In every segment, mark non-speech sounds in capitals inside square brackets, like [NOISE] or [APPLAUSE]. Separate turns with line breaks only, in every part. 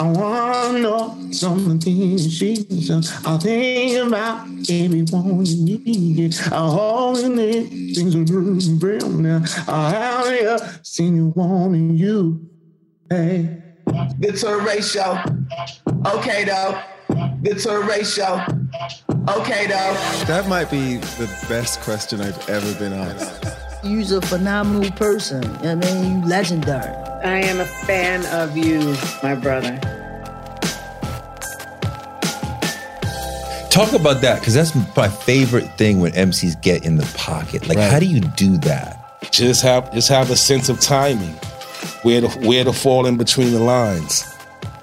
I wanna know some of the things she's done. I think about everyone you need. I hold in it, things are moving real now. I have you seen you wanting you. Hey,
The Tourette Show. Okay, though. The Tourette Show. Okay, though.
That might be the best question I've ever been asked.
You's a phenomenal person. I mean, you legendary.
I am a fan of you, my brother.
Talk about that because that's my favorite thing when MCs get in the pocket. Like,
Right.
how do you do that?
Just have just have a sense of timing, where to where to fall in between the lines.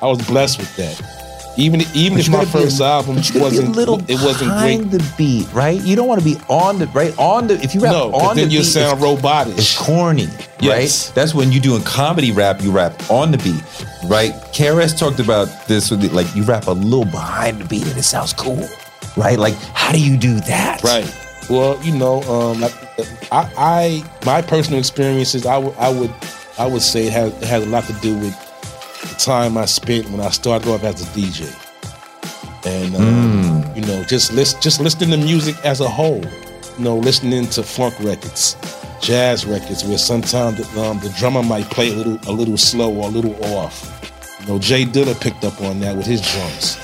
I was blessed with that. Even even if
You
my
gotta be a-
first album
but [LAUGHS] you gotta be
wasn't
a little
it wasn't
behind
great.
the beat, right? You don't want to be on the right on the. If you rap
No,
on
but then
the
you
beat,
sound
it's-
robotic.
It's corny,
Yes.
right? That's when you doing comedy rap, you rap on the beat, right? KRS talked about this with the, like you rap a little behind the beat and it sounds cool, right? Like how do you do that?
Right. Well, you know, um, like, I, I my personal experiences, I would I would I would say it has, it has a lot to do with the time I spent when I started off as a DJ, and um, you know, just list, just listening to music as a whole. You know, listening to funk records, jazz records, where sometimes the, um, the drummer might play a little a little slow or a little off. You know, Jay Dilla picked up on that with his drums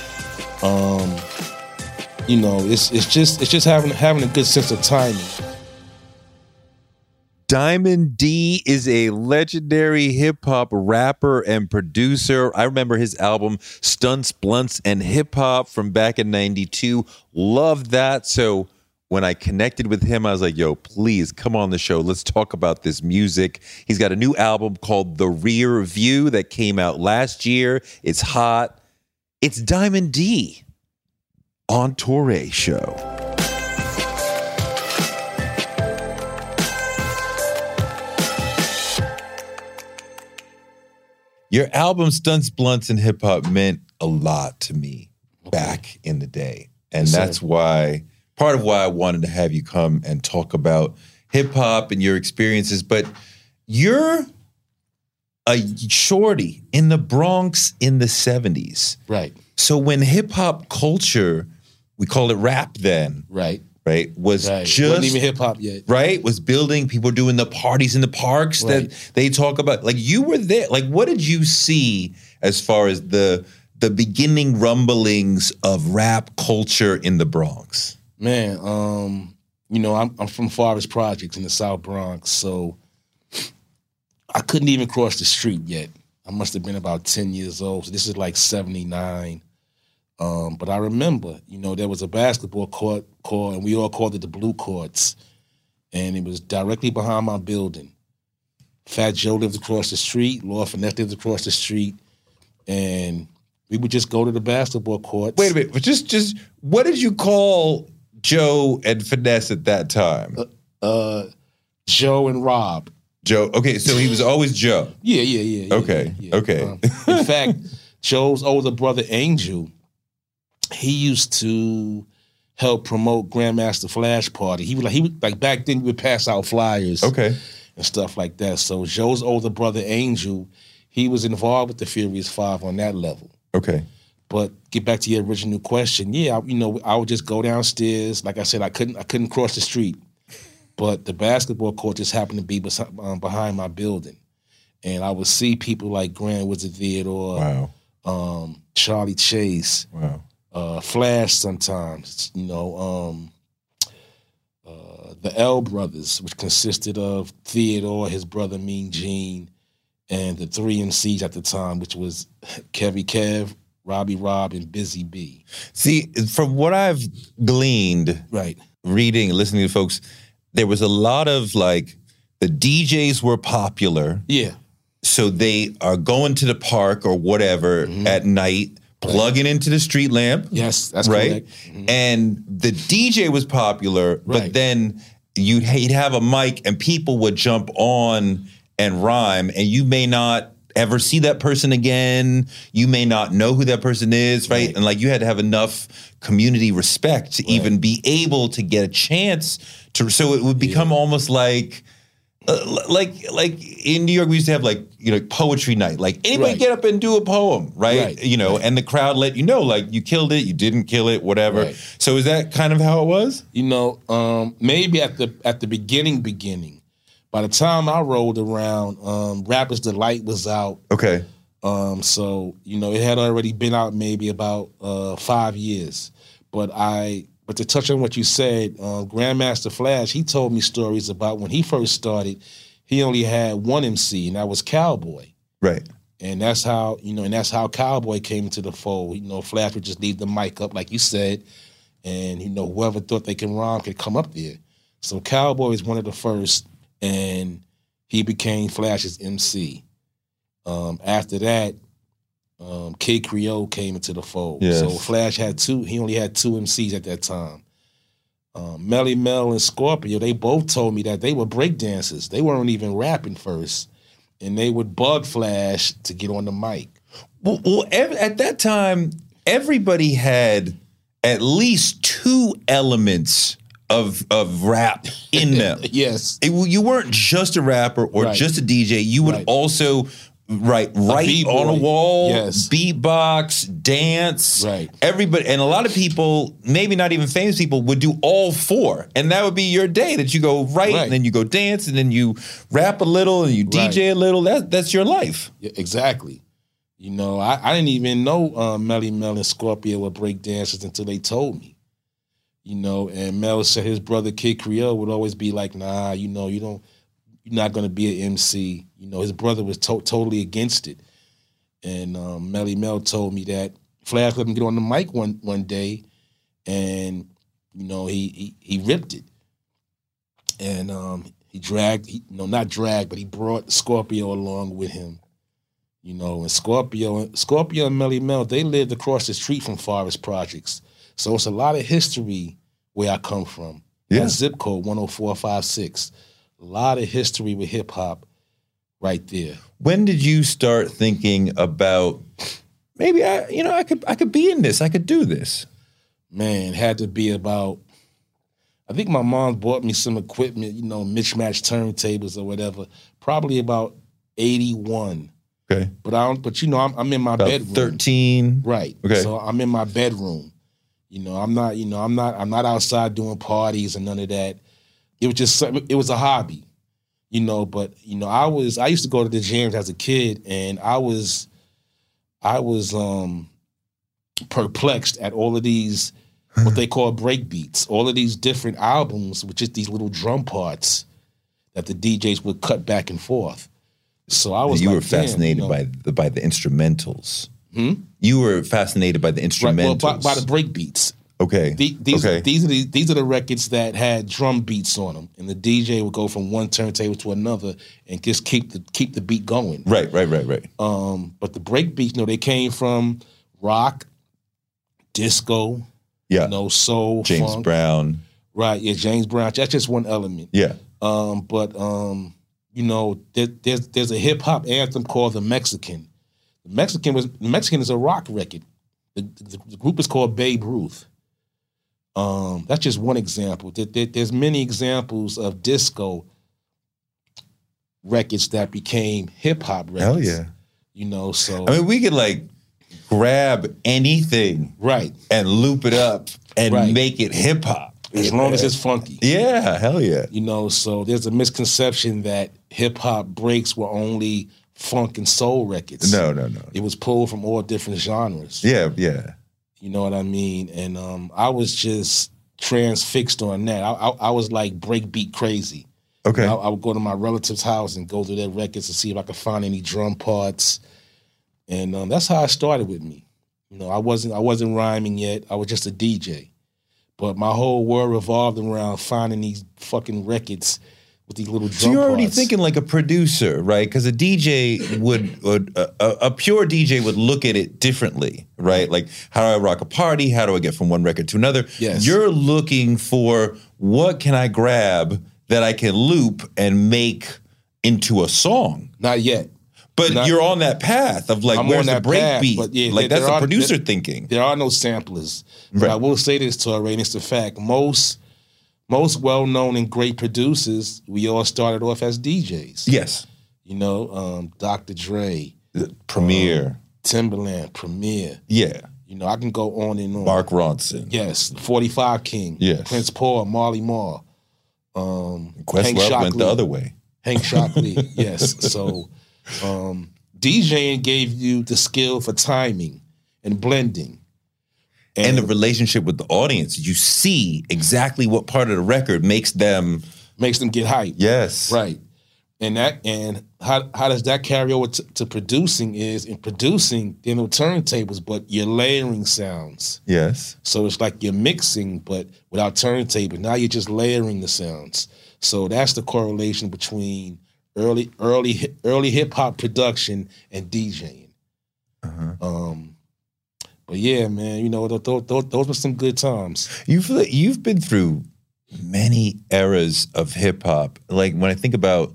you know, it's it's just it's just having having a good sense of timing.
Diamond D is a legendary hip hop rapper and producer. I remember his album Stunts, Blunts, and Hip Hop from back in 92. Love that. So when I connected with him, I was like, yo, please come on the show. Let's talk about this music. He's got a new album called The Rear View that came out last year. It's hot. It's Diamond D on Torre Show. Your album Stunts, Blunts, and Hip Hop meant a lot to me back in the day. And
Yes, sir.
that's why, part of why I wanted to have you come and talk about hip hop and your experiences. But you're a shorty in the Bronx in the 70s.
Right,
So when hip hop culture, we call it rap then,
right,
right, was
right. Wasn't
just
even hip hop yet.
right was building people doing the parties in the parks that
Right.
they talk about like you were there like what did you see as far as the the beginning rumblings of rap culture in the bronx
Man, um, you know, I'm I'm from Forest Projects in the South Bronx, so I couldn't even cross the street yet. I must have been about ten years old. So this is like seventy nine. Um, but I remember, you know, there was a basketball court court, and we all called it the blue courts. And it was directly behind my building. Fat Joe lived across the street, Law Finesse lived across the street, and we would just go to the basketball courts.
wait a minute but just just what did you call joe and finesse at that time
uh, Joe and Rob.
joe okay so he was always joe
Yeah, yeah, yeah. yeah,
Okay,
yeah, yeah.
okay.
Um,
[LAUGHS]
in fact, Joe's older brother Angel, he used to help promote Grandmaster Flash Party. He was like he would like back then we would pass out flyers
okay
and stuff like that. So Joe's older brother Angel, he was involved with the Furious Five on that level.
okay
But get back to your original question. Yeah, I, you know, I would just go downstairs. Like I said, I couldn't I couldn't cross the street. But the basketball court just happened to be besi- um, behind my building. And I would see people like Grand Wizard Theodore,
Wow.
um, Charlie Chase,
Wow.
uh, Flash sometimes, you know, um, uh, the L Brothers, which consisted of Theodore, his brother Mean Gene, and the three MCs at the time, which was Kevy Kev, Robbie Rob, and Busy B.
See, from what I've gleaned,
Right.
reading, listening to folks, there was a lot of like the DJs were popular,
Yeah.
so they are going to the park or whatever at night, plugging into the street lamp,
Yes, that's
right? Mm-hmm.
correct.
And the DJ was popular, but
Right.
then you'd he'd have a mic and people would jump on and rhyme, and you may not ever see that person again. You may not know who that person is, right?
Right.
And like you had to have enough community respect to even be able to get a chance to. So it would become almost like. uh, l- like like in New York, we used to have like you know poetry night. Like anybody
Right.
get up and do a poem, right?
Right.
You know, and the crowd let you know like you killed it, you didn't kill it, whatever.
Right.
So is that kind of how it was?
You know, um, maybe at the at the beginning, beginning. By the time I rolled around, um, Rapper's Delight was out.
Okay.
Um, so you know, it had already been out maybe about uh, five years. But I, but to touch on what you said, uh, Grandmaster Flash, he told me stories about when he first started. He only had one MC, and that was Cowboy.
Right.
And that's how you know, and that's how Cowboy came into the fold. You know, Flash would just leave the mic up, like you said, and you know, whoever thought they can rhyme could come up there. So Cowboy was one of the first, and he became Flash's MC. Um, after that, um, Kid Creole came into the fold.
Yes.
So Flash had two. He only had two MCs at that time. Um, Melly Mel and Scorpio, they both told me that they were breakdancers. They weren't even rapping first and they would bug Flash to get on the mic. [LAUGHS]
Well, well ev- at that time, everybody had at least two elements of of rap in them.
Yes.
It- you weren't just a rapper or
Right.
just a DJ. You would
Right.
also write write
B-boy.
on a wall,
Yes.
beatbox, dance.
Right.
Everybody and a lot of people, maybe not even famous people, would do all four. And that would be your day that you go write
Right.
and then you go dance and then you rap a little and you DJ a little. That that's your life.
Yeah, exactly. You know, I, I didn't even know uh, Melly Mel and Scorpio were breakdancers until they told me. You know, and Mel said his brother Kid Creole would always be like, "Nah, you know, you don't, you're not gonna be an MC." You know, his brother was to- totally against it, and um, Melly Mel told me that Flash let him get on the mic one one day, and you know he he, he ripped it, and um, he dragged, he, no, not dragged, but he brought Scorpio along with him. You know, and Scorpio, Scorpio and Melly Mel, they lived across the street from Forest Projects. So it's a lot of history where I come from.
Yeah.
That zip code 10456. A lot of history with hip hop right there.
When did you start thinking about maybe I you know, I could I could be in this, I could do this.
Man, had to be about I think my mom bought me some equipment, you know, mismatch turntables or whatever, probably about 81.
Okay.
But I don't but you know, I'm, I'm in my
About
bedroom.
thirteen.
Right.
Okay.
So I'm in my bedroom. You know, I'm not, you know, I'm not I'm not outside doing parties and none of that. It was just some- it was a hobby. You know, but you know, I was I used to go to the gyms as a kid and I was I was um perplexed at all of these what they call break beats, all of these different albums with just these little drum parts that the DJs would cut back and forth. So I was
you
like,
were
"Damn," you
fascinated
know.
by the by the instrumentals. You were fascinated by the
Right, well,
instrumentals.
by, by the break beats.
okay.
The- these,
okay.
these are the, these are the records that had drum beats on them, and the DJ would go from one turntable to another and just keep the keep the beat going.
right, right, right, right.
Um, but the break beats, you know, they came from rock, disco,
yeah.
you know, soul,
James
funk.
Brown.
right? Yeah, James Brown. That's just one element.
Yeah.
Um, but um, you know, there, there's there's a hip hop anthem called the Mexican. The Mexican was the Mexican is a rock record. The, the, the group is called Babe Ruth. Um, that's just one example. There, there- there's many examples of disco records that became hip hop records. You know, so
I mean, we could like grab anything
right,
and loop it up and
Right.
make it hip hop.
as long as it's funky.
Yeah, hell yeah.
You know, so there's a misconception that hip hop breaks were only funk and soul records.
No, no, no.
It was pulled from all different genres.
Yeah, yeah.
You know what I mean? And um, I was just transfixed on that. I, I, I was like breakbeat crazy.
Okay.
I, I would go to my relative's house and go through their records to see if I could find any drum parts, and um, that's how I started with me. You know, I wasn't I wasn't rhyming yet. I was just a DJ, but my whole world revolved around finding these fucking records with these little drum.
So you're already
parts.
thinking like a producer, right? Because a DJ would, would a, a a pure DJ would look at it differently, right? Like, how do I rock a party? How do I get from one record to another?
Yes.
You're looking for what can I grab that I can loop and make into a song.
Not yet.
But
Not-
you're on that path of like,
I'm
where's the
on that path,
breakbeat?
but yeah,
like
there-
that's
there
a
are-
producer
there-
thinking.
There are no samplers. But
Right.
I will say this, Torre, and it's the fact. Most most well known and great producers, we all started off as DJs.
Yes.
You know, um, Dr. Dre,
Premiere.
Timberland, Premier.
yeah.
You know, I can go on and on.
Mark Ronson.
Yes, 45 King.
Yes.
Prince Paul, Marley Marr. Um, Hank
Questlove went the
Shockley.
other way. [LAUGHS]
Hank Shockley, yes. So um, DJing gave you the skill for timing and blending.
and the relationship with the audience. You see exactly what part of the record makes them
makes them get hyped.
yes,
Right. And that and how how does that carry over to, to producing is in producing there are no turntables, but you're layering sounds.
yes,
So it's like you're mixing, but without turntables. Now you're just layering the sounds. So that's the correlation between early early hi- early hip hop production and DJing. Um, but yeah, man, you know those, those, those were some good times.
you've you've been through many eras of hip hop. Like when I think about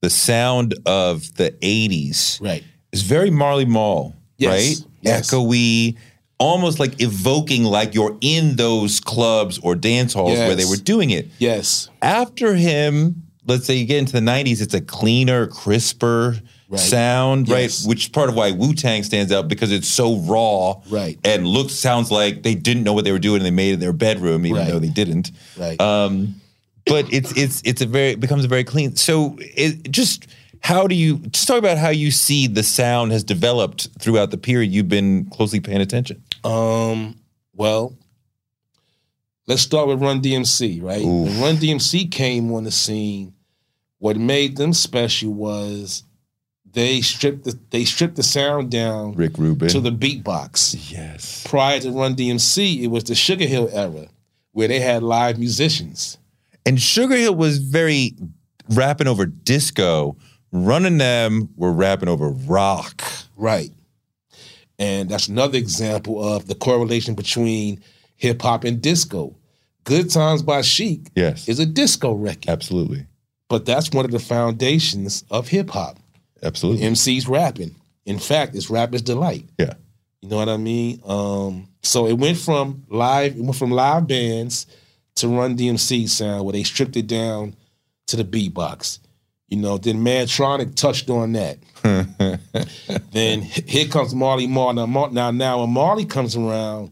the sound of the '80s,
Right.
it's very Marley Mall,
Yes,
right?
yes.
Echoey, almost like evoking like you're in those clubs or dance halls where they
Yes.
were doing it.
Yes.
after him, let's say you get into the 90s, it's a cleaner, crisper
Right.
sound,
Yes.
right? Which is part of why Wu Tang stands out because it's so raw
Right.
and looks, sounds like they didn't know what they were doing and they made it in their bedroom, even
Right.
though they didn't.
Right.
Um, but it's it's it's a very it becomes a very clean. So it just how do you just talk about how you see the sound has developed throughout the period you've been closely paying attention?
Um, well, let's start with Run DMC, right? When Run DMC came on the scene, what made them special was they stripped the they stripped the sound down
Rick Rubin.
to the beatbox.
yes.
Prior to Run DMC, it was the Sugar Hill era where they had live musicians.
And Sugar Hill was very rapping over disco. Running them were rapping over rock.
Right. And that's another example of the correlation between hip hop and disco. Good Times by Chic
Yes.
is a disco record.
Absolutely.
But that's one of the foundations of hip hop.
Absolutely.
MC's rapping. In fact, it's rapper's delight.
yeah.
You know what I mean? Um, so it went from live, it went from live bands to Run DMC sound, where they stripped it down to the beatbox. You know, then Mantronic touched on that. then h- here comes Marley Marl. Now, Mar- now, now, when Marley comes around,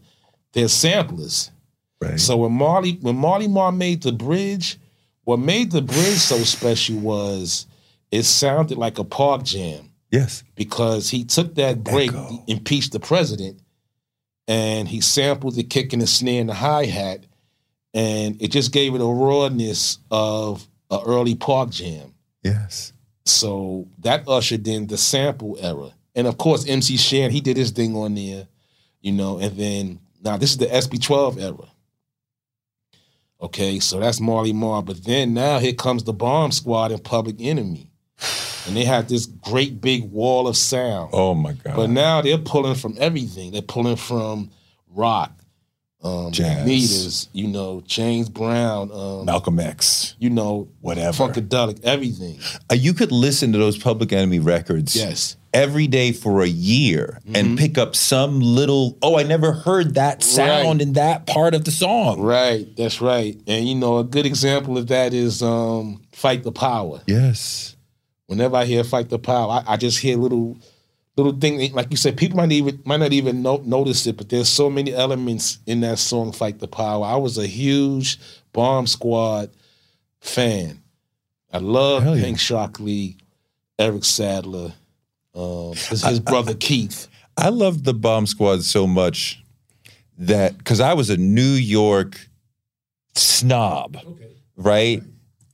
there's samplers.
Right.
So when Marley when Marley Mar made the bridge, what made the bridge so special was it sounded like a park jam
yes.
because he took that break,
Echo.
impeached the president, and he sampled the kick and the snare and the hi hat, and it just gave it a rawness of an early park jam.
Yes.
So that ushered in the sample era. And of course, MC Shan, he did his thing on there, you know, and then now this is the SB12 era. Okay, so that's Marley Marl. But then now here comes the Bomb Squad and Public Enemy. And they had this great big wall of sound.
Oh my God.
But now they're pulling from everything. They're pulling from rock, um,
Jazz.
meters, you know, James Brown, um,
Malcolm X.
you know,
Whatever.
funkadelic, everything.
Uh, you could listen to those Public Enemy records
Yes. Mm-hmm.
every day for a year and pick up some little, oh, I never heard that sound in that part of the song.
Right, that's right. And you know, a good example of that is um Fight the Power.
Yes.
Whenever I hear Fight the Power, I, I just hear little little thing, eh, like you said, people might even might not even no, notice it, but there's so many elements in that song, Fight the Power. I was a huge Bomb Squad fan. I love
Hell yeah.
Pink Shockley, Eric Sadler, [LAUGHS] um, his, his brother Keith.
I loved the Bomb Squad so much that because I was a New York snob, right?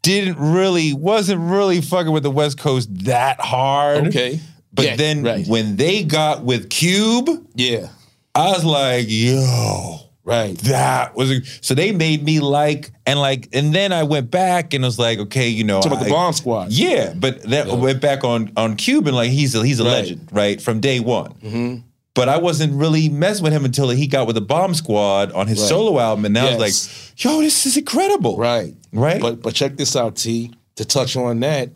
Didn't really, wasn't really fucking with the West Coast that hard.
Okay.
But
Yeah,
then
right.
when they got with Cube,
Yeah.
I was like, yo,
Right.
that was. a- So they made me like, and like, and then I went back and was like, okay, you know.
Talking about the
I-
Bomb Squad.
yeah, but that went back on on Cuban. Like he's a, he's a
Right. Mm-hmm.
legend, right, from day one. But I wasn't really messing with him until he got with the Bomb Squad on his
Right.
solo album, and now it's
Yes.
like, yo, this is incredible,
Right.
Right?
But but check this out, T. To touch on that,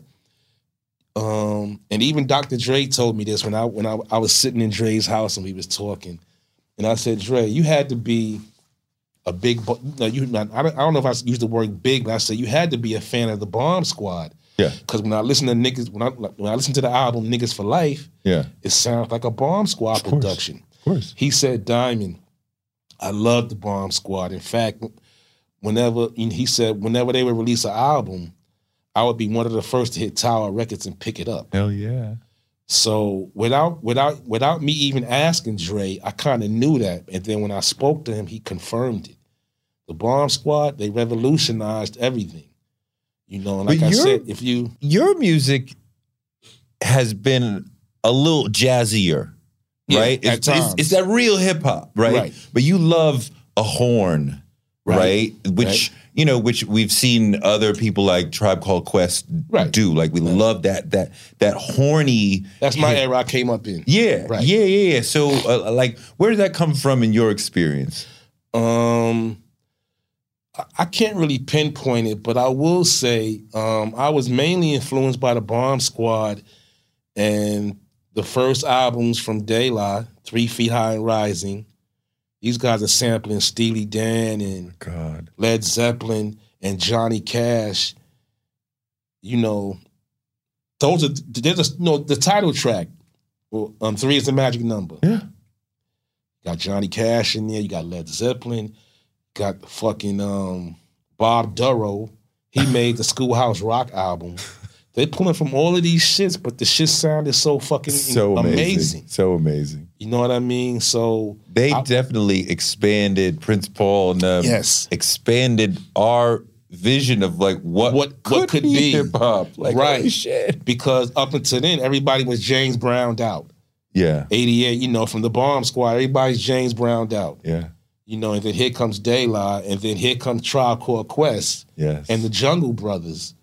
um, and even Dr. Dre told me this when I when I, I was sitting in Dre's house and we was talking, and I said, Dre, you had to be a big. bo- No, you. Not, I don't, I don't know if I used the word big, but I said you had to be a fan of the Bomb Squad.
Yeah.
Because when I listen to niggas, when I when I listen to the album Niggas for Life,
Yeah,
it sounds like a Bomb Squad
course.
production.
of course.
He said, Diamond, I love the Bomb Squad. In fact, whenever and he said, whenever they would release an album, I would be one of the first to hit Tower Records and pick it up.
Hell yeah.
So without without without me even asking Dre, I kind of knew that. And then when I spoke to him, he confirmed it. The Bomb Squad, they revolutionized everything. You know, and
But
like I
you're-
said, if you
Your music has been a little jazzier,
Yeah,
right?
at
it's, it's,
times.
it's that real hip hop, right?
Right.
But you love a horn, right?
Right.
Which you know, which we've seen other people like Tribe Called Quest
Right.
do. Like we love that that that horny. [LAUGHS]
that's my
hip-
era I came up in.
Yeah,
Right.
yeah, yeah, yeah. So, uh, like, where did that come from in your experience?
Um, I- I can't really pinpoint it, but I will say um, I was mainly influenced by the Bomb Squad and the first albums from De La, Three Feet High and Rising. These guys are sampling Steely Dan and
God,
Led Zeppelin and Johnny Cash, you know, those are there's a no the title track. Well, um, three is the magic number.
Yeah.
Got Johnny Cash in there. You got Led Zeppelin. Got fucking um, Bob Durrow.
[LAUGHS]
He made the Schoolhouse Rock album. They pulling from all of these shits, but the shit sounded so fucking
so amazing. so amazing.
You know what I mean? So
They
I-
definitely expanded Prince Paul and um,
Yes.
expanded our vision of like what
What- what could be.
hip hop, like
Right.
holy shit.
because up until then, everybody was James Browned out.
Yeah,
88, you know, from the bomb squad. Everybody's James Browned out,
yeah,
you know, and then here comes Daylight, and then here comes Tribe Called Quest
yes,
and the Jungle Brothers,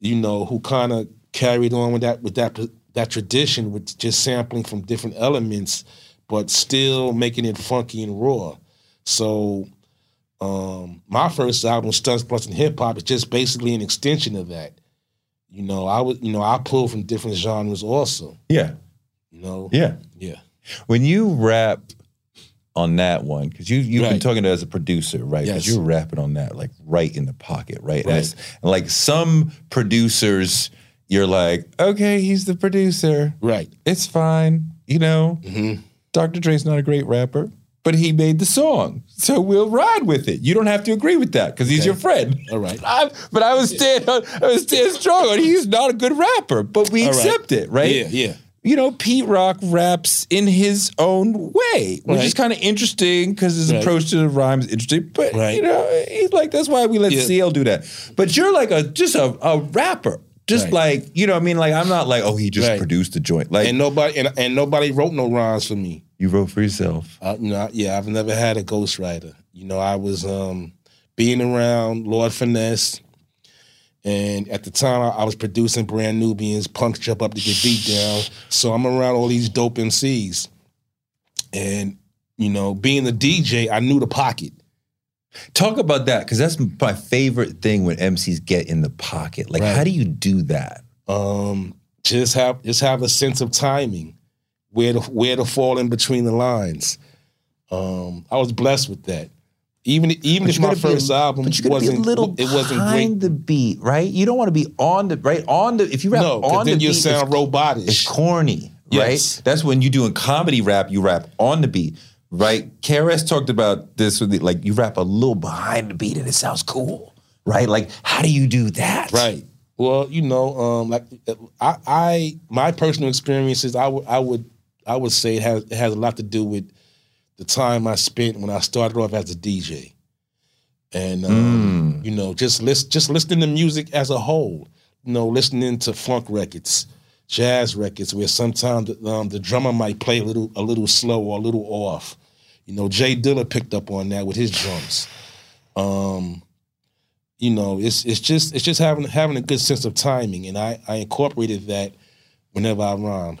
you know, who kind of carried on with that with that that tradition with just sampling from different elements, but still making it funky and raw. So, um, my first album, Stunts, Blunts, and Hip Hop, is just basically an extension of that. You know, I was, you know, I pulled from different genres also.
yeah,
You know,
yeah.
yeah.
When you rap on that one, because you you've been
Right.
talking to us as a producer, right? Because
Yes.
you're rapping on that, like right in the pocket, right? And
Right.
it's- And like some producers, you're like, okay, he's the producer.
right.
It's fine, you know.
Mm-hmm.
Dr. Dre's not a great rapper, but he made the song, so we'll ride with it. You don't have to agree with that because he's your friend.
All right.
[LAUGHS] I, but I was stand, I was stand strong on. He's not a good rapper, but we
right.
accept it, right?
Yeah, yeah.
you know, Pete Rock raps in his own way, which
Right.
is kind of interesting because his
Right.
approach to the rhyme is interesting. But
Right.
you know, he's like, that's why we let
Yeah.
CL do that. But you're like a just a, a rapper, just
Right.
like you know, what I mean, like I'm not like, oh, he just
Right.
produced the joint. Like
And nobody and, and nobody wrote no rhymes for me.
you wrote for yourself.
Uh, you know, I- yeah, I've never had a ghostwriter. You know, I was um, being around Lord Finesse, and at the time I, I was producing Brand Nubians, Punks Jump Up to Get Beat Down. So I'm around all these dope MCs, and you know, being the DJ, I knew the pocket.
Talk about that because that's my favorite thing when MCs get in the pocket. Like,
Right.
how do you do that?
um, just have just have a sense of timing, where to where to fall in between the lines. Um, I was blessed with that. Even even if
you
my
gotta be a-
first album
But you gotta
wasn't
be a little
it wasn't
behind
great.
the beat, right? You don't want to be on the right on the. If you rap
No,
on
because then
the
you
beat, it's
sound robotic.
It's corny, right?
Yes.
That's when you doing comedy rap, you rap on the beat, right? KRS talked about this with the, like you rap a little behind the beat and it sounds cool, right? Like how do you do that?
Right. Well, you know, um, like I, I, my personal experiences, I would, I would, I would say it has it has a lot to do with the time I spent when I started off as a DJ, and um, you know, just list, just listening to music as a whole. You know, listening to funk records, jazz records, where sometimes um, the drummer might play a little, a little slow or a little off. You know, Jay Dilla picked up on that with his drums. Um, you know, it's it's just it's just having having a good sense of timing, and I I incorporated that whenever I rhyme.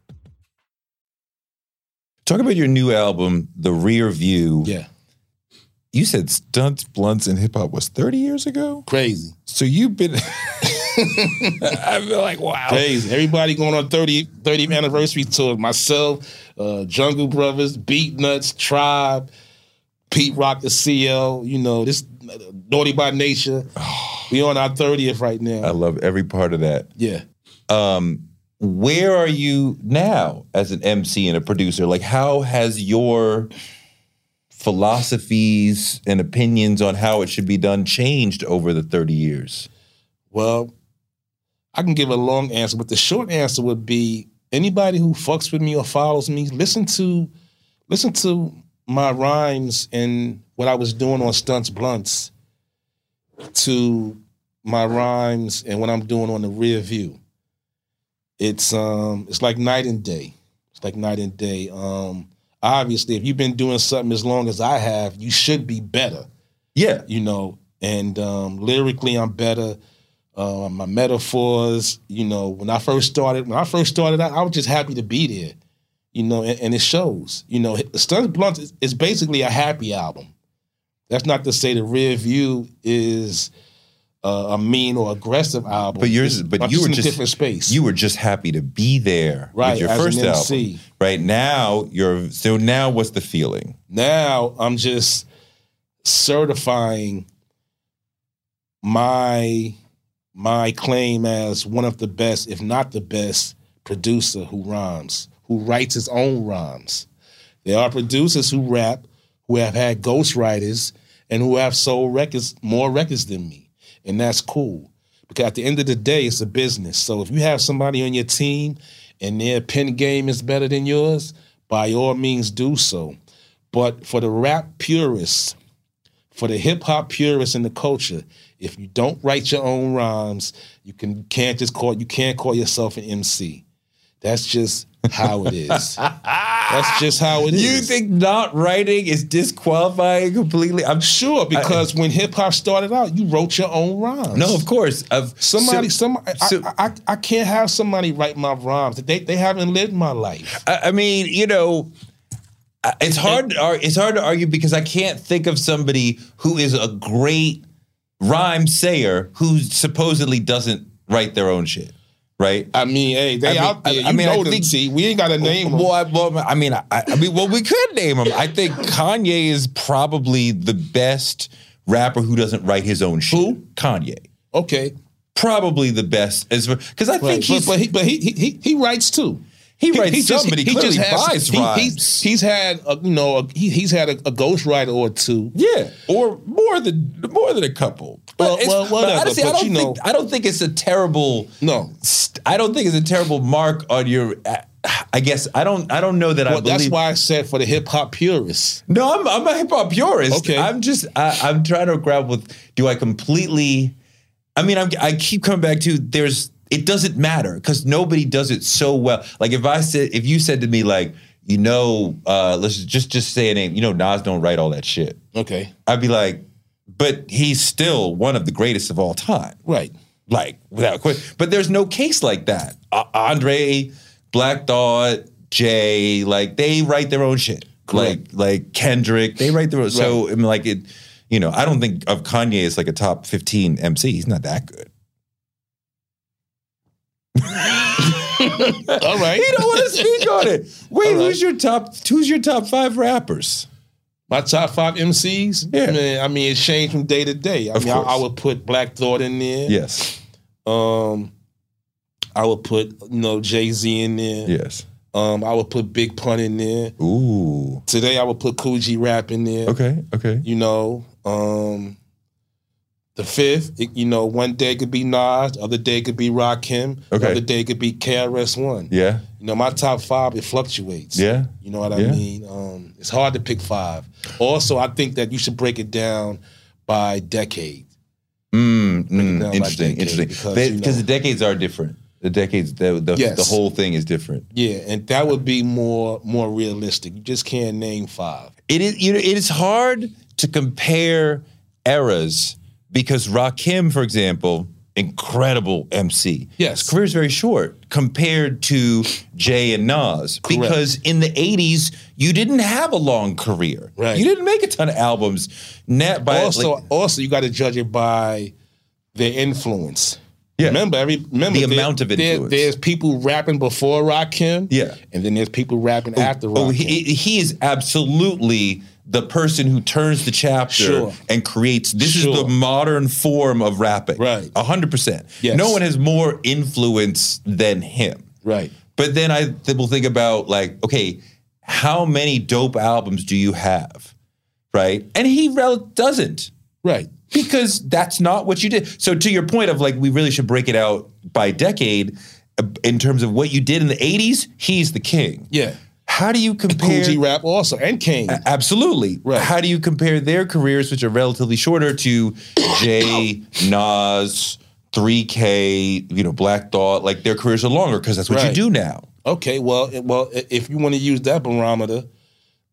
Talk about your new album, The Rear View.
Yeah,
You said stunts, blunts, and hip hop was 30 years ago?
crazy,
So you've been. [LAUGHS] I feel like, wow.
crazy. Everybody going on 30, 30th anniversary tour. Myself, uh, Jungle Brothers, Beat Nuts, Tribe, Pete Rock, the CL. You know this Naughty by Nature. [SIGHS] We on our thirtieth right now.
I love every part of that.
yeah.
Um, where are you now as an MC and a producer? Like, how has your philosophies and opinions on how it should be done changed over the 30 years?
Well, I can give a long answer, but the short answer would be anybody who fucks with me or follows me, listen to listen to my rhymes and what I was doing on Stunts Blunts to my rhymes and what I'm doing on the rear view. It's um it's like night and day. It's like night and day. Um obviously if you've been doing something as long as I have, you should be better
Yeah.
you know, and um, lyrically I'm better. Uh, my metaphors, you know, when I first started, when I first started, I, I was just happy to be there, you know, and, and it shows. You know, Stunts Blunt is, is basically a happy album. That's not to say the Rear View is uh, a mean or aggressive album.
But yours,
It's-
but
I'm
you were
in
just
a different space.
You were just happy to be there
Right,
with your
as
first
an
album.
MC.
Right now, you're so now. What's the feeling?
now I'm just certifying my my claim as one of the best, if not the best, producer who rhymes, who writes his own rhymes. There are producers who rap, who have had ghostwriters, and who have sold records, more records than me. And that's cool. Because at the end of the day, it's a business. So if you have somebody on your team and their pen game is better than yours, by all means do so. But for the rap purists, for the hip hop purists in the culture, if you don't write your own rhymes, you can can't just call you can't call yourself an MC. That's just how
[LAUGHS]
it is. That's just how it is.
You think not writing is disqualifying completely? I'm sure.
sure? Because when hip hop started out, you wrote your own rhymes.
No, of course. Of
Somebody,
so-
somebody,
so-
I, I, I can't have somebody write my rhymes. They, they haven't lived my life.
I, I mean, you know, I- it's hard. To, ar- it's hard to argue because I can't think of somebody who is a great rhyme sayer who supposedly doesn't write their own shit, right?
I mean, hey, they
I mean,
out there.
I-
You
I mean, I
know them,
think-
T. We ain't
Oh,
got a name. 'em.
Well, I, well, I mean, I, I mean, well, we could name him. I
[LAUGHS]
think Kanye is probably the best rapper who doesn't write his own shit.
Who?
Kanye.
okay,
Probably the best, as because I
right.
think he's
but, but he, but he, he, he, he writes too.
he writes some, but he clearly buys
he's,
rhymes.
he's had, a, you know, a, he, he's had a, a ghostwriter or two.
Yeah, or more than more than a couple.
Well,
it's-
well, whatever,
honestly, I
but
don't
you
think
know-
I don't think it's a terrible.
No,
st- I don't think it's a terrible mark on your. I guess I don't. I don't know that I
well,
believe.
that's why I said for the hip hop purists.
No, I'm, I'm a hip hop purist.
Okay.
I'm just I, I'm trying to grab with. Do I completely? I mean, I'm, I keep coming back to there's. It doesn't matter because nobody does it so well. Like if I said, if you said to me, like you know, uh, let's just just say a name. You know, Nas don't write all that shit.
Okay,
I'd be like, but he's still one of the greatest of all time
right.
like without question. But there's no case like that. A- Andre, Black Thought, Jay, like they write their own shit. Like
Correct.
like Kendrick, they write their own. So I mean, like it, you know, I don't think of Kanye as like a top 15 MC. He's not that good.
All right.
[LAUGHS] He don't
[LAUGHS]
want to speak on it. Wait,
All right.
who's your top? Who's your top five rappers?
My top five MCs,
Yeah.
man, I mean, it changed from day to day. I
Of
mean, I,
course.
I would put Black Thought in there.
Yes,
Um, I would put you know Jay Z in there.
yes.
Um, I would put Big Pun in there.
Ooh.
Today, I would put Coogee Rap in there.
Okay. Okay.
You know, um, the fifth. it- you know, one day could be Nas, other day could be Rakim,
Okay.
other day could be KRS One.
Yeah.
You know, my top five it fluctuates.
Yeah.
You know what I
Yeah.
mean? Um, it's hard to pick five. Also, I think that you should break it down by decade.
Mm, mm,
down by
interesting.
decade
Interesting.
because,
Because
you know-
the decades are different. The decades. The the,
Yes.
the whole thing is different.
Yeah, and that would be more more realistic. You just can't name five.
it is you know it is hard to compare eras because Rakim, for example, incredible MC.
Yes.
his career is very short compared to Jay and Nas because in the '80s you didn't have a long career.
Right.
you didn't make a ton of albums. Net by
also,
like,
also you got to judge it by their influence.
Yeah.
Remember, every remember
The amount of influence.
there's people rapping before Rakim.
Yeah.
and then there's people rapping after Rakim.
oh, he, he is absolutely. The person who turns the chapter
Sure.
and creates this
Sure.
is the modern form of rapping.
Right.
hundred percent.
Yes.
No one has more influence than him.
right.
But then I th- will think about like, okay, how many dope albums do you have, right? And he rel- doesn't
Right.
because that's not what you did. So to your point of like, we really should break it out by decade uh, in terms of what you did in the '80s. He's the king.
Yeah.
How do you
Cool
compare?
G rap also and King.
Absolutely.
Right.
How do you compare their careers, which are relatively shorter, to Jay, Nas, 3K, you know, Black Thought? Like their careers are longer because that's what
Right.
you do now.
Okay. Well, it- well, i- if you want to use that barometer,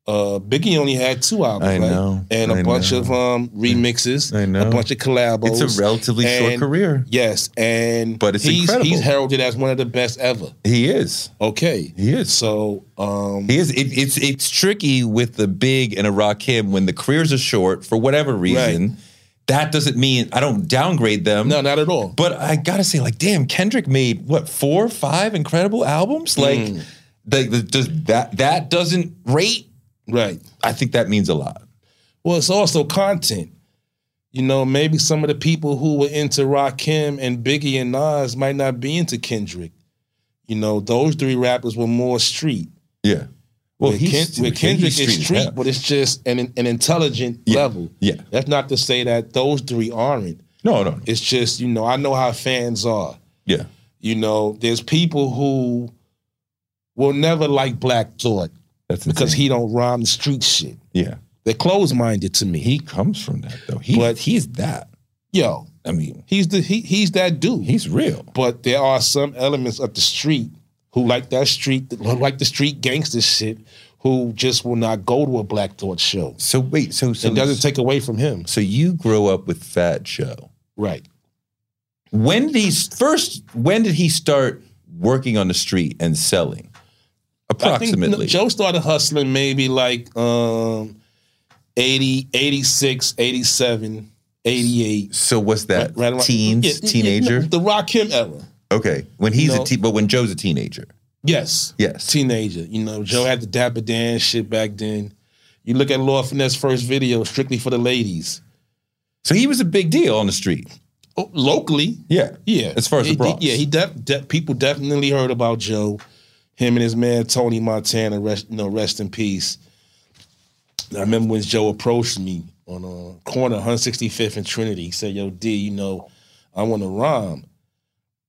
uh, Biggie only had two albums,
I
right?
know,
and a
I
bunch
know.
of um, remixes,
I know.
a bunch of collabos.
It's a relatively short
and-
career.
Yes, and
But it's
he's,
incredible.
he's heralded as one of the best ever.
He is.
Okay,
He is.
So, um,
He is. It, it's it's tricky with the big and a Rakim when the careers are short for whatever reason. That doesn't mean I don't downgrade them.
no, not at all.
But I gotta say, like, damn, Kendrick made what four, five incredible albums. Like, the, the, does that that doesn't rate?
right.
I think that means a lot.
Well, it's also content. You know, maybe some of the people who were into Rakim and Biggie and Nas might not be into Kendrick. You know, those three rappers were more street.
Yeah. Well,
With,
he's
Ken-
street-
with Kendrick
he's
is
as
street,
hell.
but it's just an an intelligent
Yeah,
level.
yeah.
That's not to say that those three aren't.
no, no.
It's just, you know, I know how fans are.
Yeah.
You know, there's people who will never like Black Thought
That's
because
insane.
he don't rhyme the street shit.
Yeah.
They're closed minded to me.
He comes from that though. He
But-
he's that.
yo,
I mean,
he's the he, he's that dude.
he's real.
but there are some elements of the street who like that street who like the street gangster shit who just will not go to a Black Thought show.
So wait, so so
It doesn't take away from him.
so you grow up with Fat Joe.
Right.
When did he first? When did he start working on the street and selling?
I think
Approximately.
no, Joe started hustling maybe like um 80, 86, 87, 88.
so what's that?
Right around-
Teens,
Yeah, yeah,
teenager.
no, the Rakim era.
okay, when he's
No.
a teen, but when Joe's a teenager.
Yes.
Yes.
Teenager. You know, Joe had the Dapper Dan shit back then. You look at Law Finesse first video, strictly for the ladies.
So he was a big deal on the street.
Oh, locally,
Yeah.
yeah.
As far as
He-
the Bronx.
Yeah, he def, def- people definitely heard about Joe. Him and his man Tony Montana, rest, you know, rest in peace. And I remember when Joe approached me on a corner, 165th and Trinity. He said, "Yo, D, you know, I want to rhyme."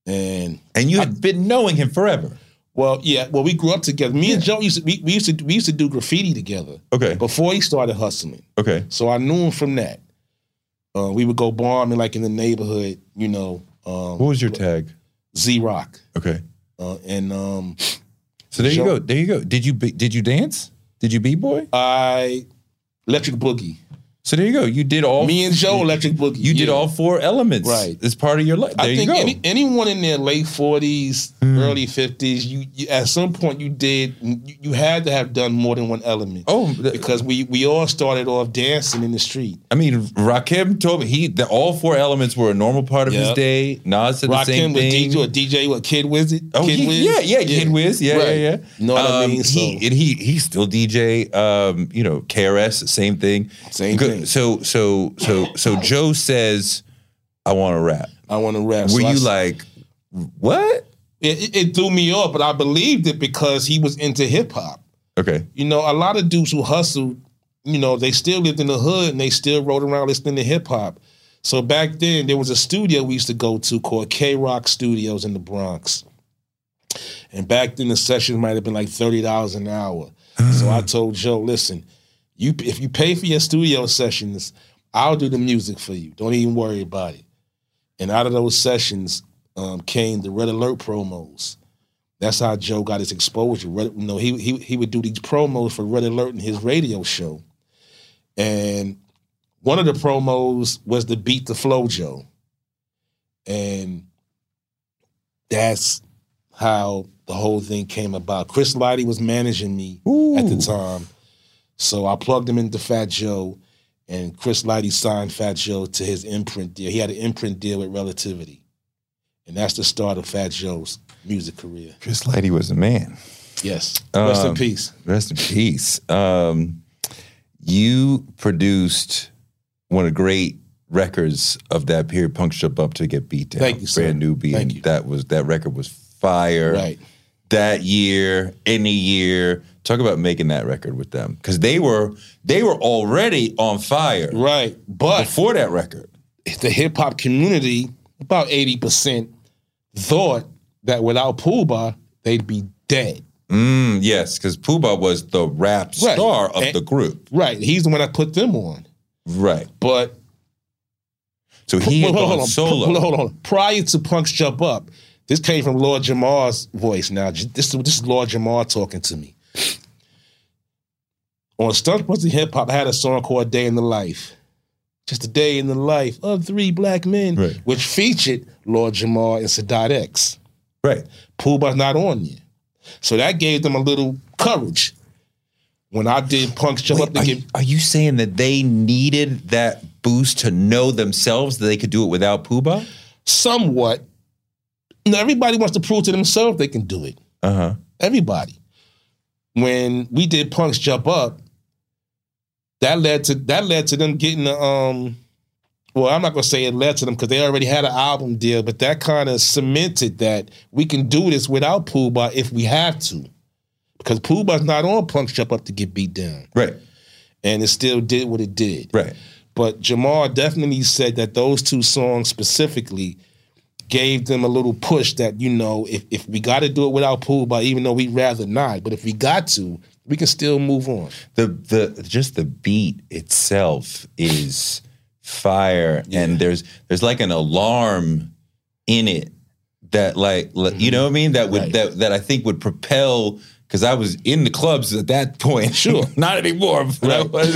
And
And you had been knowing him forever.
Well, yeah. Well, we grew up together. Me and Joe used to we, we used to we used to do graffiti together.
Okay.
Before he started hustling,
Okay.
so I knew him from that. Uh, we would go bombing like in the neighborhood, you know, um,
What was your tag?
Z Rock,
Okay.
uh, and um,
[SNIFFS] So there you
Joe-
go. There you go. Did you be- did you dance? Did you b boy?
I Electric Boogie.
So there you go. Oh, You did all.
Me and Joe Electric Boogie.
You did
yeah.
all four elements.
Right.
It's part of your life. There
I
you
think
go. Hmm.
any, anyone in their late forties, early fifties, you, you at some point you did you, you had to have done more than one element.
oh, th-
because we we all started off dancing in the street.
I mean, Rakim told me he the, all four elements were a normal part of his
Yep.
day. Nas said the same
Rakim with
thing.
DJ, what, DJ, what Kid Wizard?
Oh,
Kid
he-
Wiz?
yeah, yeah, Kid Wiz, yeah,
Right.
yeah, yeah.
Know what I
Um,
mean? So-
He and he he still DJ. Um, you know, KRS, same thing.
Same
Good.
thing.
So so so so Joe says, "I want to rap."
I want to rap.
Were
So I
you
s-
like, what?
It, it- it threw me off, but I believed it because he was into hip hop.
Okay,
You know, a lot of dudes who hustled, you know, they still lived in the hood and they still rode around listening to hip hop. So back then, there was a studio we used to go to called K Rock Studios in the Bronx. And back then, the sessions might have been like thirty dollars an hour. so I told Joe, listen, you if you pay for your studio sessions, I'll do the music for you. Don't even worry about it. And out of those sessions um, came the Red Alert promos. That's how Joe got his exposure. Red, you know, he he he would do these promos for Red Alert in his radio show, and one of the promos was the Beat the Flow Joe, and that's how the whole thing came about. Chris Lighty was managing me at the time, so I plugged him into Fat Joe, and Chris Lighty signed Fat Joe to his imprint deal. He had an imprint deal with Relativity, and that's the start of Fat Joe's music career.
Chris Lighty was a man.
Yes. Rest
Um,
in peace.
Rest in peace. Um, you produced one of the great records of that period, Punk Strip Up to Get Beat Down.
Thank you, sir.
Brand new beat.
Thank you.
That was that record was fire.
Right.
That year, any year. Talk about making that record with them. Because they were they were already on fire
Right. But
before that record.
the hip hop community, about 80%, thought that without Pooh Bah, they'd be dead.
Mm, yes, because Bah was the rap
Right.
star of
And-
the group.
Right. He's the one that put them on.
Right.
But
So he had
Hold on,
gone
hold on,
solo.
hold on, hold on. Prior to Punk's jump up, this came from Lord Jamar's voice. Now j- this is this is Lord Jamar talking to me. On Stunt Pussy Hip Hop, I had a song called "Day in the Life," just a day in the life of three black men,
Right.
which featured Lord Jamar and Sadat X.
Right.
Pooh Bah's not on there, so that gave them a little courage. When I did Punk's jump up,
Wait,
to
are,
get,
you, are you saying that they needed that boost to know themselves that they could do it without Bah?
somewhat. You know, everybody wants to prove to themselves they can do it.
Uh huh.
everybody. When we did Punk's Jump Up, that led to that led to them getting the um well, I'm not gonna say it led to them because they already had an album deal, but that kind of cemented that we can do this without Pooh Bah if we have to, because Pooh Bah's not on Punk Shop Up to get beat down,
Right.
and it still did what it did.
Right.
But Jamal definitely said that those two songs specifically gave them a little push that you know if if we got to do it without Pooh Bah, even though we'd rather not, but if we got to, we can still move on.
the the just the beat itself is fire and there's there's like an alarm in it that like li- you know what I mean that would
Mm-hmm. Right.
that that I think would propel because I was in the clubs at that point [LAUGHS]
Sure.
not anymore but I
Right.
was.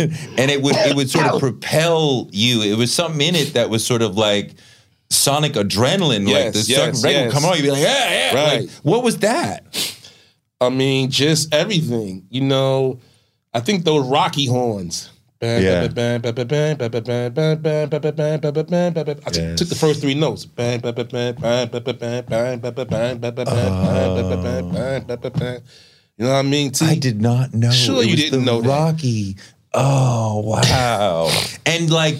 and and it would it would sort of propel you it was something in it that was sort of like sonic adrenaline like
Yes,
this
yes,
record
yes.
come on you'd be like yeah yeah
Right.
like, what was that
I mean, just everything. You know, I think those Rocky horns. I
Yeah.
took the first three notes. You know what I mean? T?
I did not know.
Sure
it
you
was
didn't
the
know that.
Rocky. Oh
[LAUGHS]
wow! and like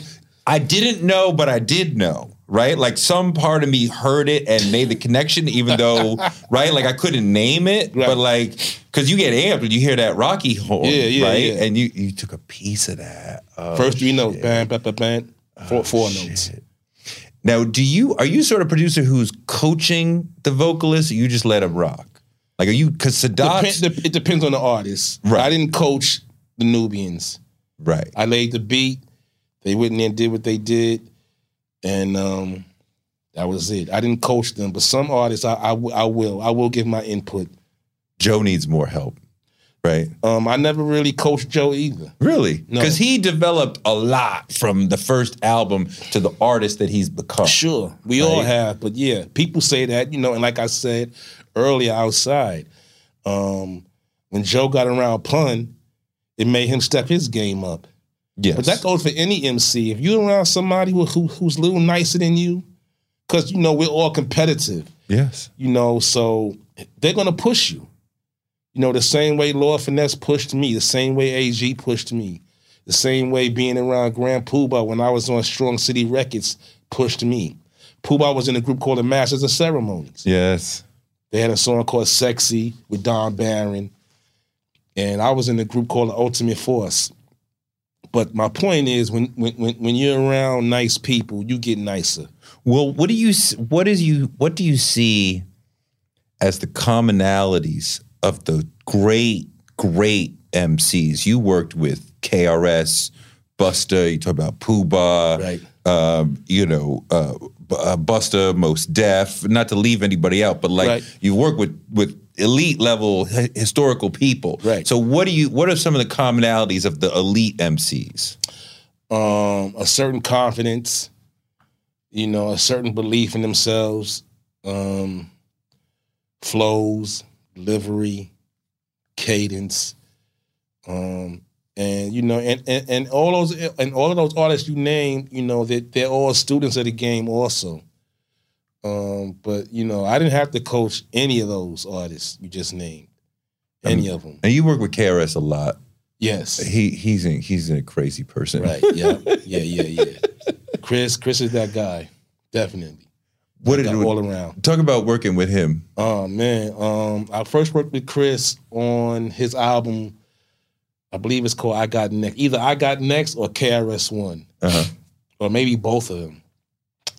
I didn't know, but I did know. Right? Like some part of me heard it and made the connection, even
[LAUGHS]
though right? Like I couldn't name it,
Right.
but like because you get amped when you hear that Rocky horn,
Yeah, yeah,
right?
yeah.
And you you took a piece of that. Oh,
First three
shit.
notes. Bam, bam, bam, bam. Four, four notes.
Shit. Now, do you are you sort of producer who's coaching the vocalist? Or you just let him rock. Like are you because Sadat's
Depen- dep- it depends on the artist.
Right.
I didn't coach the Nubians.
right?
I laid the beat. They went in there and did what they did, and um, that was it. I didn't coach them, but some artists I, I, w- I will I will give my input.
Joe needs more help, right?
Um, I never really coached Joe either.
Really?
No.
Because he developed a lot from the first album to the artist that he's become.
Sure, we all
Right.
have, but yeah, people say that you know, and like I said earlier, outside, um, when Joe got around pun, it made him step his game up.
Yes.
But that goes for any MC. If you're around somebody who, who who's a little nicer than you, because you know we're all competitive.
yes.
you know, so they're gonna push you. You know, the same way Lord Finesse pushed me, the same way AG pushed me, the same way being around Grand Poobah when I was on Strong City Records pushed me. Poobah was in a group called the Masters of Ceremonies.
Yes.
They had a song called Sexy with Don Barron. And I was in a group called the Ultimate Force. But my point is when when when, when you're around nice people, you get nicer.
Well, what do you s- what is you what do you see as the commonalities of the great great MCs you worked with? KRS, Busta, you talk about Pooh Bah,
Right.
um, you know, uh, B- uh, Busta, Most Def, not to leave anybody out, but like
Right.
you work with with elite level hi- historical people.
Right.
So what do you what are some of the commonalities of the elite MCs?
um, a certain confidence, you know, a certain belief in themselves, um, flows, delivery, cadence, um, and you know, and, and and all those and all of those artists you name, you know, that they're, all students of the game also. Um, but you know, I didn't have to coach any of those artists you just named, any of them.
And you work with KRS a lot.
Yes,
He he's in, he's a crazy person.
right. Yeah, yeah, yeah, yeah. Chris, Chris is that guy, definitely.
What did
Like,
it-
all around.
talk about working with him?
Oh man, um, I first worked with Chris on his album. I believe it's called "I Got Next." Either "I Got Next" or KRS One,
Uh-huh.
or maybe both of them.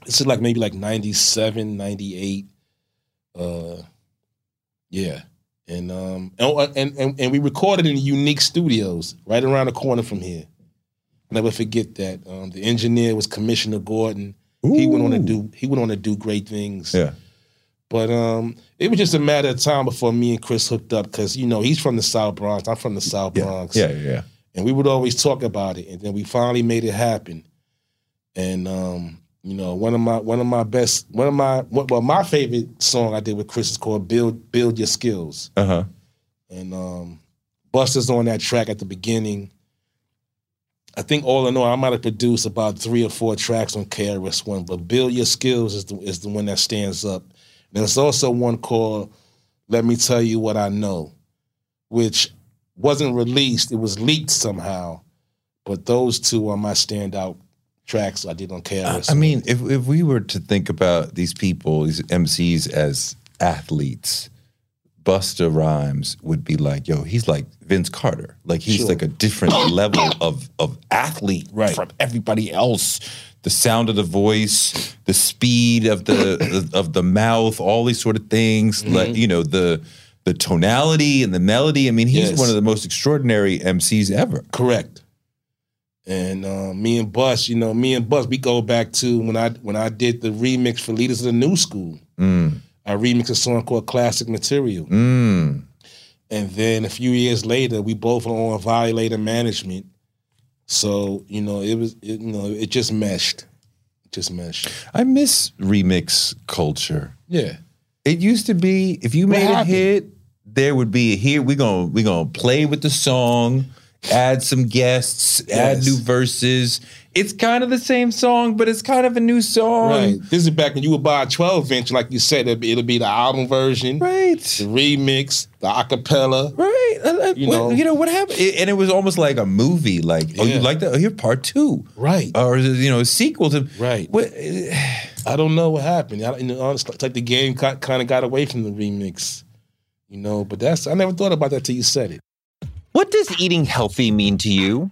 This is like maybe like 97, 98. Uh, yeah, and um, and, and and and we recorded in Unique Studios, right around the corner from here. Never forget that. Um, the engineer was Commissioner Gordon. He went on to
Ooh.
do he went on to do great things.
Yeah.
But um, it was just a matter of time before me and Chris hooked up because you know he's from the South Bronx, I'm from the South
Yeah.
Bronx,
yeah, yeah, yeah.
and we would always talk about it, and then we finally made it happen. And um, you know, one of my one of my best one of my well, my favorite song I did with Chris is called "Build Build Your Skills."
Uh huh.
and um, Buster's on that track at the beginning. I think all in all, I might have produced about three or four tracks on KRS One, but "Build Your Skills" is the is the one that stands up. And there's also one called "Let Me Tell You What I Know," which wasn't released; it was leaked somehow. But those two are my standout tracks I did on KRS.
I mean, if if we were to think about these people, these MCs as athletes, Busta Rhymes would be like, yo, he's like Vince Carter. Like he's like a [COUGHS] different level of of athlete
Right.
from everybody else. The sound of the voice, the speed of the of the mouth, all these sort of things. Like you know the the tonality and the melody. I mean, he's
Yes.
one of the most extraordinary MCs ever.
Correct. And uh, me and Bus, you know, me and Bus, we go back to when I when I did the remix for Leaders of the New School. I remixed a song called Classic Material.
Mm.
And then a few years later, we both were on Violator Management. So, you know, it was it, you know, it just meshed. It just meshed.
I miss remix culture.
Yeah.
It used to be if you made a
happened?
hit, there would be a hit. We're gonna we gonna play with the song, add some guests, add
Yes.
new verses. It's kind of the same song, but it's kind of a new song.
Right. Um, This is back when you would buy a 12 inch, like you said, it'd be, it'd be the album version,
Right.
the remix, the acapella.
Right. I like-
You
what-
know.
you know what happened? It- and it was almost like a movie. Like, oh, you
Yeah.
like that? Oh, you're part two.
Right.
Or you know, a sequel to
Right.
What,
I don't know what happened. I, you know, honestly, it's like the game kind of got away from the remix, you know. But that's I never thought about that till you said it.
What does eating healthy mean to you?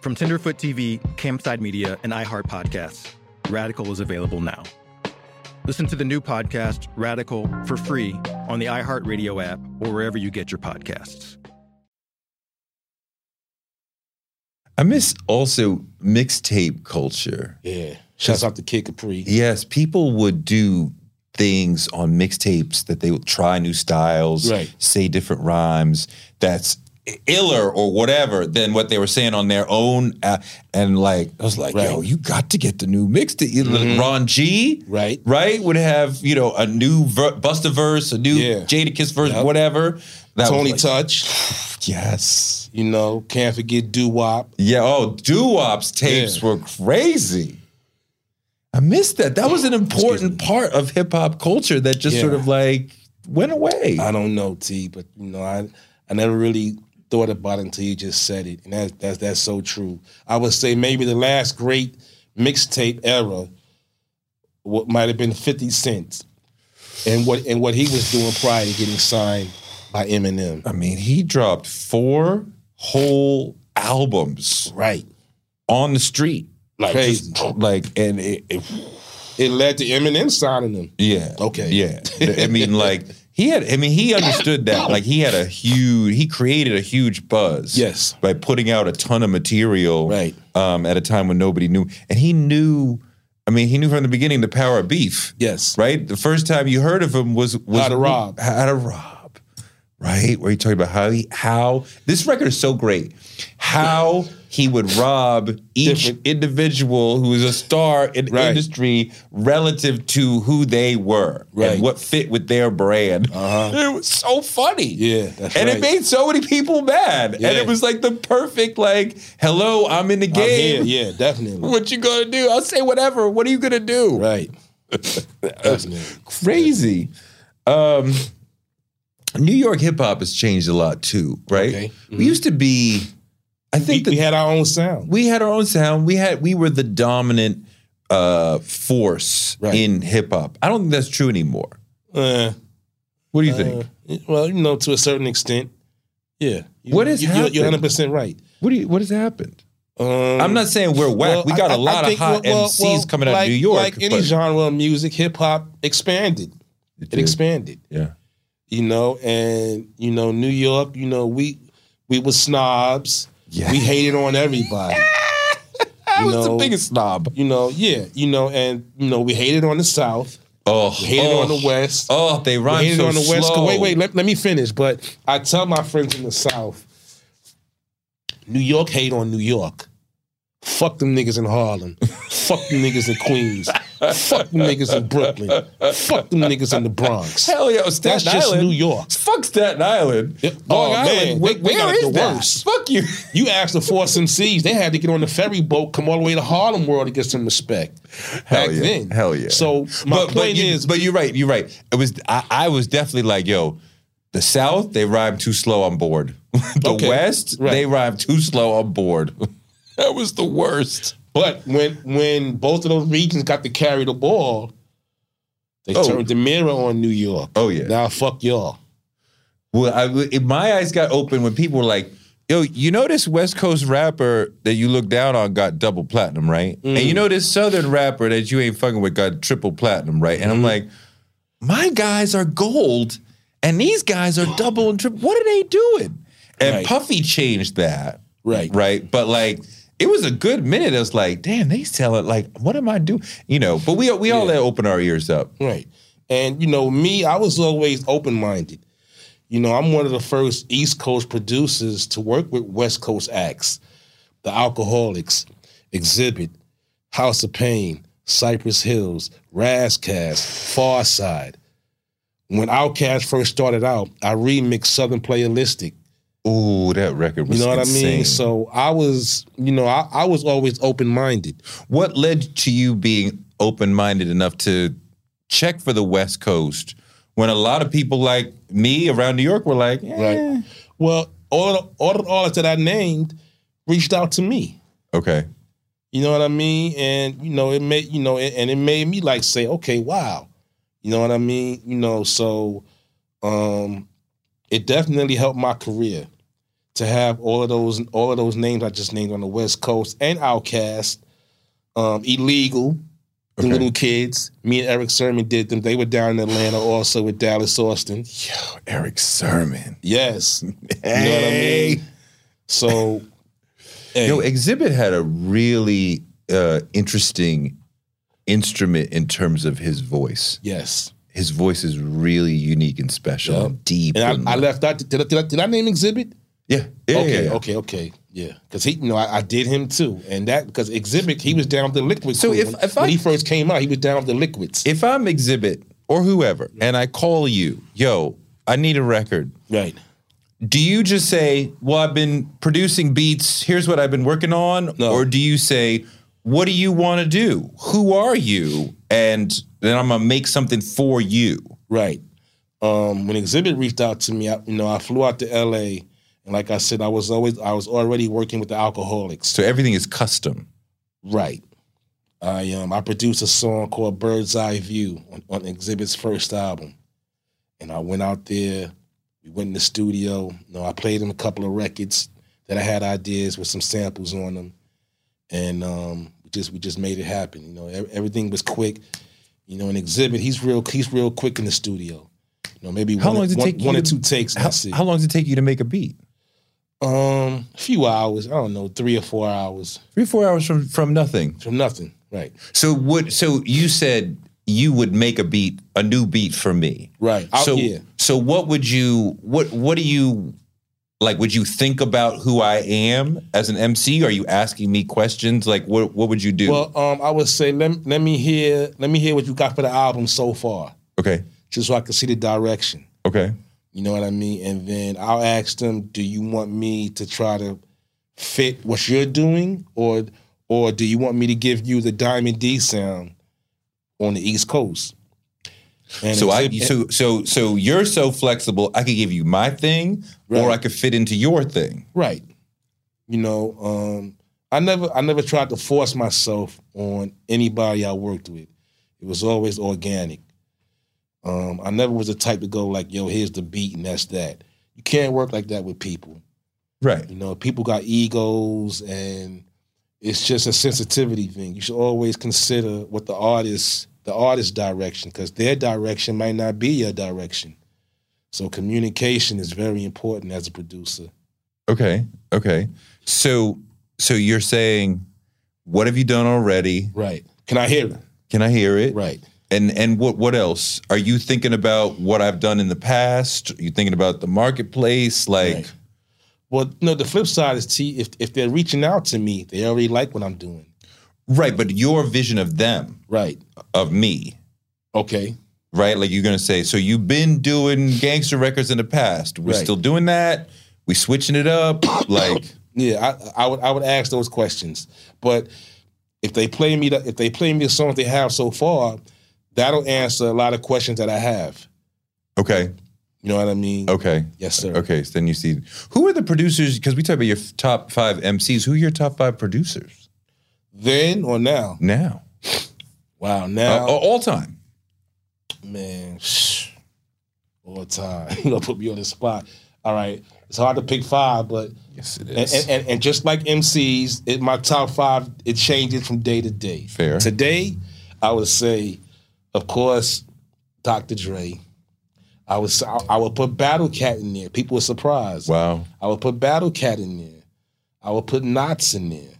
From Tinderfoot TV, Campside Media, and iHeart Podcasts, Radical is available now. Listen to the new podcast, Radical, for free on the iHeartRadio app or wherever you get your podcasts.
I miss also mixtape culture.
Yeah. Shouts out to Kid Capri.
Yes, people would do things on mixtapes that they would try new styles,
Right.
say different rhymes that's iller or whatever than what they were saying on their own. Uh, and like, I was like,
Right. Mm-hmm.
yo, you got to get the new mixtape. You know, like Ron G,
Right.
right, would have, you know, a new ver- Busta verse, a new
Yeah.
Jadakiss verse,
Yep.
whatever. That was
Tony
like,
Touch.
Yes.
You know, can't forget Doo Wop.
Yeah. Oh, doo-wop's tapes
Yeah.
were crazy. I missed that. That was an important part of hip hop culture that just
Yeah.
sort of like went away.
I don't know, T, but you know, I I never really thought about it until you just said it, and that's that's that's so true. I would say maybe the last great mixtape era what might have been Fifty Cent, and what and what he was doing prior to getting signed by Eminem.
I mean, he dropped four whole albums
Right.
on the street. Like,
Crazy.
just, like, and it, it-
It led to Eminem signing him.
yeah,
Okay.
yeah. I mean, like he had. I mean, he understood
[COUGHS]
that. Like, he had a huge. He created a huge buzz.
Yes.
by putting out a ton of material.
Right.
um, at a time when nobody knew. And he knew, I mean, he knew from the beginning the power of beef.
Yes.
Right? The first time you heard of him was, was
How to Rob.
How to Rob. Right? Where he talked about how he how this record is so great. How he would rob each
Different.
individual who was a star in
Right.
industry relative to who they were
Right. Uh-huh.
and what fit with their brand. It was so funny.
Yeah, that's
and it
right.
made so many people mad. And
Yeah.
it was like the perfect like, hello, I'm in the
I'm
game.
here, yeah, definitely.
What you gonna do? [LAUGHS] I'll say whatever. What are you gonna do?
Right. definitely.
Crazy. Um, New York hip hop has changed a lot too, right?
Okay.
We used to be, I
We,
think
we
that
had our own sound.
we had our own sound. We had we were the dominant uh, force
Right.
in hip hop. I don't think that's true anymore.
Uh,
What do you think?
uh, well, you know, to a certain extent, yeah. You,
What has
you, you're- You're
happened?
100 percent right.
What do you, what has happened?
Um,
I'm not saying we're whack.
well,
we got
I-
a
I- I
lot of
think,
hot
well, well,
MCs
well,
coming out
like-
of New York.
Like any
but-
genre of music, hip hop expanded. It expanded.
Yeah.
you know, and you know, New York, you know, we we were snobs.
Yeah.
We hated on
[LAUGHS]
everybody.
I
You know,
snob.
You know, yeah, you know, and you know, we hated on the South,
Oh,
we hated
oh,
on the West,
Oh, they
we
rhyme
hated
so
on the West.
slow.
Wait, wait, let, let me finish. But I tell my friends in the South, New York hate on New York. Fuck them niggas in Harlem. Fuck them niggas in Queens. Fuck them niggas in Brooklyn. Fuck them niggas in the Bronx.
Hell yeah, [LAUGHS] Staten
That's just
Island.
New York.
Fuck Staten Island.
Yeah.
Long
Oh, man,
Island.
they-
wh-
they got
where
it
is
the
that?
worst.
Fuck you.
You asked the four MCs, they had to get on the ferry boat, come all the way to Harlem World to get some respect.
Hell
Back
yeah.
then.
Hell yeah.
So my
but,
point
but you,
is,
but you're right. You're right. It was I, I was definitely like, yo, the South they rhyme too slow. I'm bored. [LAUGHS] the
Okay,
West
right.
they rhyme too slow. I'm bored. [LAUGHS] that was the worst.
but when when both of those regions got to carry the ball, they
Oh.
turned the mirror on New York.
Oh, yeah.
Now fuck y'all.
Well, I, it- my eyes got open when people were like, "Yo, you know this West Coast rapper that you look down on got double platinum, right? And
Mm.
you know this Southern rapper that you ain't fucking with got triple platinum, right?" And
Mm-hmm.
I'm like, "My guys are gold, and these guys are double and triple. What are they doing?" And
Right.
Puffy changed that,
Right.
right? But like. It was a good minute. I was like, "Damn, they sell it. Like, what am I doing?" You know. But we we all
Yeah.
open our ears up.
Right. And you know, me, I was always open minded. You know, I'm one of the first East Coast producers to work with West Coast acts, the Alcoholics, Exhibit, House of Pain, Cypress Hills, Razzcast, Farside. When Outkast first started out, I remixed Southern Playalistic.
Ooh, that record
You
was
know what I mean?
insane.
So I was, you know, I, I was always open minded.
What led to you being open minded enough to check for the West Coast when a lot of people like me around New York were like, eh.
Right. Well, all the all the artists that I named reached out to me.
okay,
You know what I mean? And you know, it made you know, and it made me like say, okay, wow. You know what I mean? You know, so um it definitely helped my career to have all of those all of those names I just named on the West Coast and Outcast, um, Illegal, the
Okay.
little kids. Me and Eric Sermon did them. They were down in Atlanta also with Dallas Austin.
Eric Sermon.
Yes. You know what I
Hey.
mean?
[LAUGHS]
So hey,
Yo, Exhibit had a really uh, interesting instrument in terms of his voice.
yes.
His voice is really unique and special and deep.
And
and-
I, I left out. Did I, did I, did I name Exhibit?
yeah, yeah,
okay,
yeah, yeah.
okay, okay. Yeah, because he, you know, I, I did him too, and that because Exhibit, he was down with the liquid.
So
crew.
if-
when,
if
when
I-
he first came out, he was down with the liquids.
If I'm Exhibit or whoever, and I call you, yo, I need a record.
right.
do you just say, "Well, I've been producing beats. Here's what I've been working on,"
No.
or do you say, "What do you want to do? Who are you?" And then I'm gonna make something for you.
Right. Um, when Exhibit reached out to me, I, you know, I flew out to L.A. and like I said, I was always I was already working with the alcoholics.
So everything is custom.
Right. I um I produced a song called Bird's Eye View on, on Exhibit's first album. And I went out there, we went in the studio, you know, I played him a couple of records that I had ideas with some samples on them. And um we just we just made it happen. You know, ev- everything was quick. You know, an exhibit, he's real he's real quick in the studio. You know, maybe
How
one,
long does it
one-
take you
one or
to-
two takes. and
How,
that's it.
how long does it take you to make a beat?
um a few hours, I don't know, three or four hours
Three, four hours from from nothing.
from nothing. Right.
So what? So you said you would make a beat, a new beat for me.
Right. Out
So
here.
so what would you what what do you like would you think about who I am as an MC? Are you asking me questions? Like what what would you do?
Well, um, I would say let let me hear let me hear what you got for the album so far,
okay.
just so I can see the direction.
Okay.
You know what I mean? And then I'll ask them, do you want me to try to fit what you're doing, or or do you want me to give you the Diamond D sound on the East Coast? And
So I
exhibit-
so so so you're so flexible. I could give you my thing, or I
Right.
could fit into your thing.
Right. You know, um, I never I never tried to force myself on anybody I worked with. It was always organic. Um, I never was the type to go like, yo, here's the beat and that's that. You can't work like that with people.
Right.
You know, people got egos and it's just a sensitivity thing. You should always consider what the artist, the artist's direction, because their direction might not be your direction. So communication is very important as a producer.
Okay. Okay. So so you're saying, what have you done already?
Right. Can I hear it?
Can I hear it?
Right.
And and what what else? Are you thinking about what I've done in the past? Are you thinking about the marketplace? Like
Right. Well, no, the flip side is T if if they're reaching out to me, they already like what I'm doing.
right, but your vision of them,
Right.
of me.
Okay.
right? Like you're gonna say, so you've been doing gangster records in the past. We're
Right.
still doing that. We switching it up. [COUGHS] like,
Yeah, I, I would I would ask those questions. But if they play me the if they play me the songs they have so far, that'll answer a lot of questions that I have.
okay,
You know what I mean?
okay,
Yes, sir.
okay. So then you see who are the producers? Because we talk about your f- top five MCs. Who are your top five producers
Then or now?
now,
Wow,
Uh,
now
uh, all time?
man, all time. [LAUGHS] you gonna put me on the spot. All right. It's hard to pick five, but
Yes, it
And, and, and, and just like MCs, it, my top five, it changes from day to day.
Fair.
Today, I would say, of course, Dr. Dre. I would, s- I, I would put Battle Cat in there. People were surprised.
Wow.
I would put Battle Cat in there. I would put Knots in there.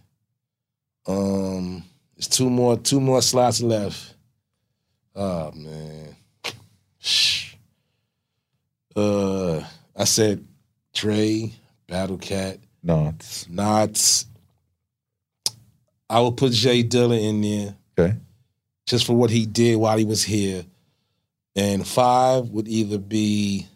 Um, there's two more, two more slots left. Oh man. Shh. Uh, I said Dre, Battle Cat,
Not
Knots. I would put Jay Dilla in there
okay.
just for what he did while he was here. And five would either be,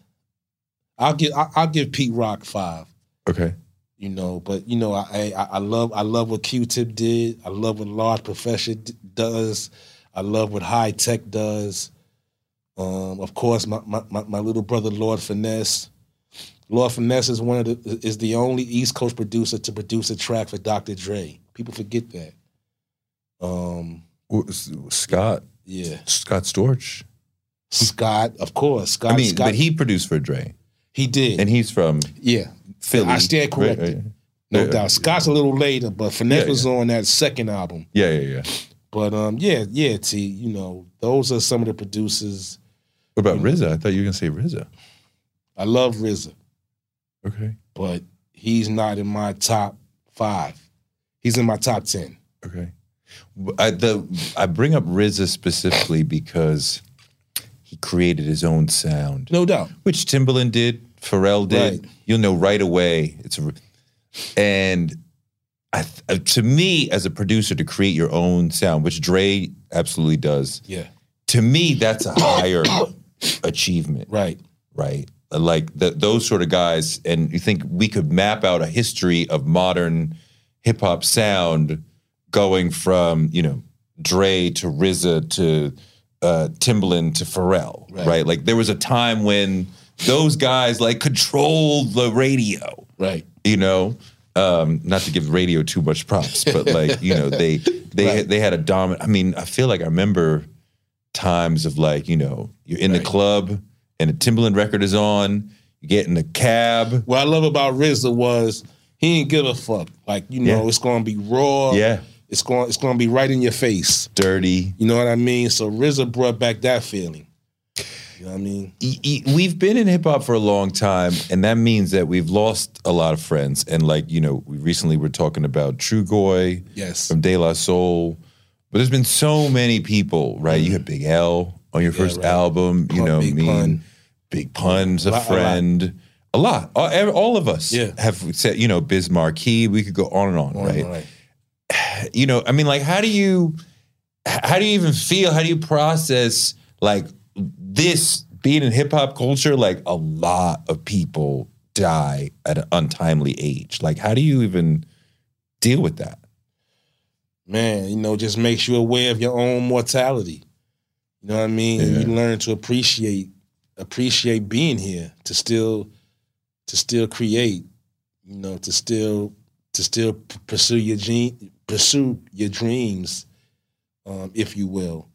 I'll give I- I'll give Pete Rock five
Okay.
you know. But you know, I I, I love I love what Q-Tip did. I love what Large Professor d- does. I love what High Tech does. Um, of course, my, my, my, my little brother Lord Finesse. Lord Finesse is one of the is the only East Coast producer to produce a track for Dr. Dre. People forget that. Um,
W- S- Scott
yeah,
Scott Storch.
Scott, of course, Scott.
I mean,
Scott-
but he produced for Dre,
he did,
and he's from
yeah,
Philly.
I stand
right?
corrected, no
Yeah.
doubt. Scott's a little later, but Finesse
Yeah,
was
yeah.
on that second album.
Yeah, yeah, yeah.
But um, yeah, yeah, T. You know, those are some of the producers.
What
Mm-hmm.
about RZA? I thought you were gonna say RZA.
I love RZA,
Okay.
but he's not in my top five. He's in my top ten.
Okay. I, the, I bring up RZA specifically because he created his own sound,
No doubt.
which Timbaland did, Pharrell did.
Right.
You'll know right away. It's a, and I, th- uh, to me, as a producer, to create your own sound, which Dre absolutely does.
Yeah.
To me, that's a
[COUGHS]
higher achievement,
Right.
right? Like the, those sort of guys, and you think we could map out a history of modern hip hop sound going from you know Dre to RZA to uh, Timbaland to Pharrell, right.
Right.
Like there was a time when those guys like controlled the radio,
Right.
you know. Um, not to give radio too much props, but like you know
[LAUGHS]
they they
Right.
they had a dominant. I mean, I feel like I remember times of like you know you're in the
Right.
club and a Timbaland record is on. You get in the cab.
What I love about RZA was he didn't give a fuck. Like you know,
Yeah.
it's gonna be raw.
Yeah.
It's going. It's gonna be right in your face.
Dirty.
You know what I mean? So RZA brought back that feeling. You know what I mean?
E- e- We've been in hip hop for a long time, and that means that we've lost a lot of friends. And like you know, we recently were talking about Trugoy
Yes.
from De La Soul, but there's been so many people, right? You had Big L on your first
right.
album, you
Pun-
know,
Big
mean
Pun.
Big Pun's a,
lot, a lot.
friend, a lot. All, ev- all of us
Yeah.
have said, you know, Biz Marquee. We could go on and on, right?
Right.
you know i mean like how do you h- how do you even feel how do you process like this being in hip-hop culture like a lot of people die at an untimely age like how do you even deal with that
man, you know, just makes you aware of your own mortality. You know what I mean? And you learn to appreciate appreciate being here, to still to still create, you know, to still to still p- pursue your gene, pursue your dreams, um, if you will.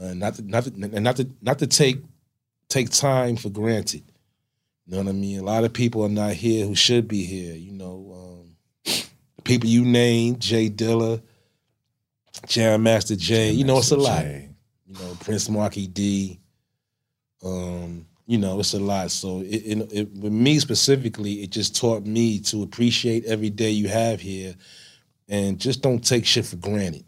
Uh, not to, not to, and not to not to take take time for granted. You know what I mean? A lot of people are not here who should be here. You know, um, the people you named, Jay Dilla, Jam Master Jay. you know, it's a lot. You know, Prince Marky D. Um, you know, it's a lot. So it, it, it with me specifically, it just taught me to appreciate every day you have here, and just don't take shit for granted.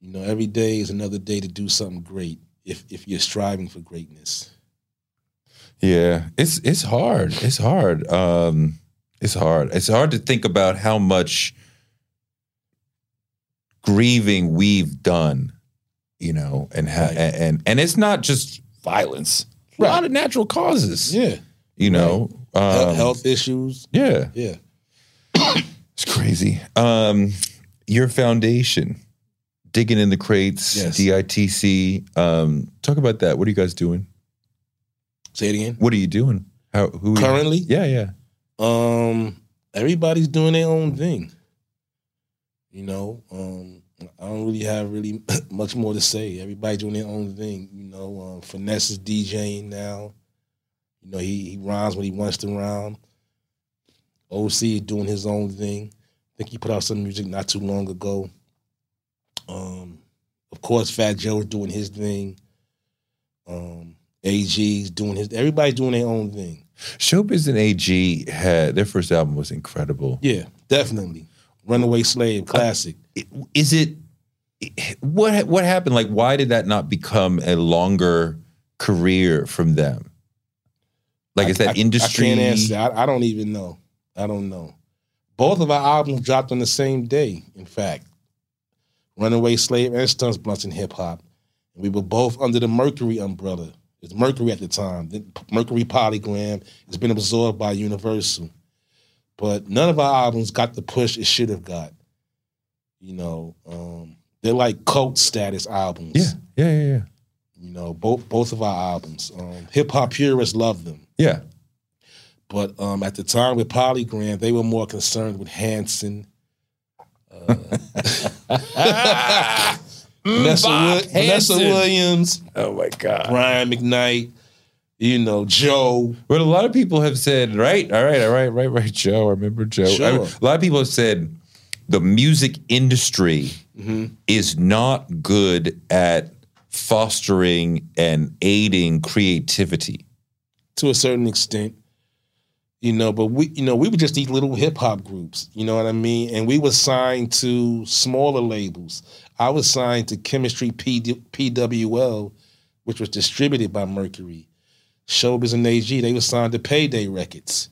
You know, every day is another day to do something great if if you're striving for greatness.
Yeah, it's it's hard. It's hard. Um, it's hard. It's hard to think about how much grieving we've done, you know, and ha-
Right.
and, and and it's not just violence. A lot
Right.
of natural causes.
Yeah,
You know,
Health-
Um,
health issues.
Yeah,
Yeah,
it's crazy. Um, your foundation, digging in the crates,
Yes.
DITC. Um, talk about that. What are you guys doing?
say it again.
What are you doing? How who? are you-
Currently,
Yeah, yeah.
Um, everybody's doing their own thing. You know, um, I don't really have really [CLEARS THROAT] much more to say. Everybody doing their own thing. You know, um, finesse is DJing now. You know, he he rhymes when he wants to rhyme. OC is doing his own thing. I think he put out some music not too long ago. Um, of course, Fat Joe's doing his thing. Um, AG's doing his. Everybody's doing their own thing.
Showbiz and AG had their first album was incredible.
Yeah, definitely. Runaway Slave, classic.
is it what what happened like why did that not become a longer career from them like is
I-
that
I-
industry
I can't answer. that. I, I don't even know. I don't know. Both of our albums dropped on the same day. In fact, Runaway Slave and Stunts Blunts and Hip Hop. We were both under the Mercury umbrella. It's Mercury at the time. The Mercury Polygram has been absorbed by Universal, but none of our albums got the push it should have got. You know, um, they're like cult status albums.
yeah yeah yeah yeah
You know, both both of our albums. Um, Hip hop purists love them,
yeah
but um, at the time with Polygram, they were more concerned with Hanson. [LAUGHS] Uh, Vanessa, Wood- Vanessa Williams,
Mm, oh my god
Brian McKnight, you know Joe.
but a lot of people have said right all right all right right right joe i remember joe
Sure.
I- a lot of people have said the music industry
Mm-hmm.
is not good at fostering and aiding creativity
to a certain extent. You know, but we, you know, we were just these little hip hop groups. You know what I mean? And we were signed to smaller labels. I was signed to Chemistry PD, PWL, which was distributed by Mercury. Showbiz and AG, they were signed to Payday Records,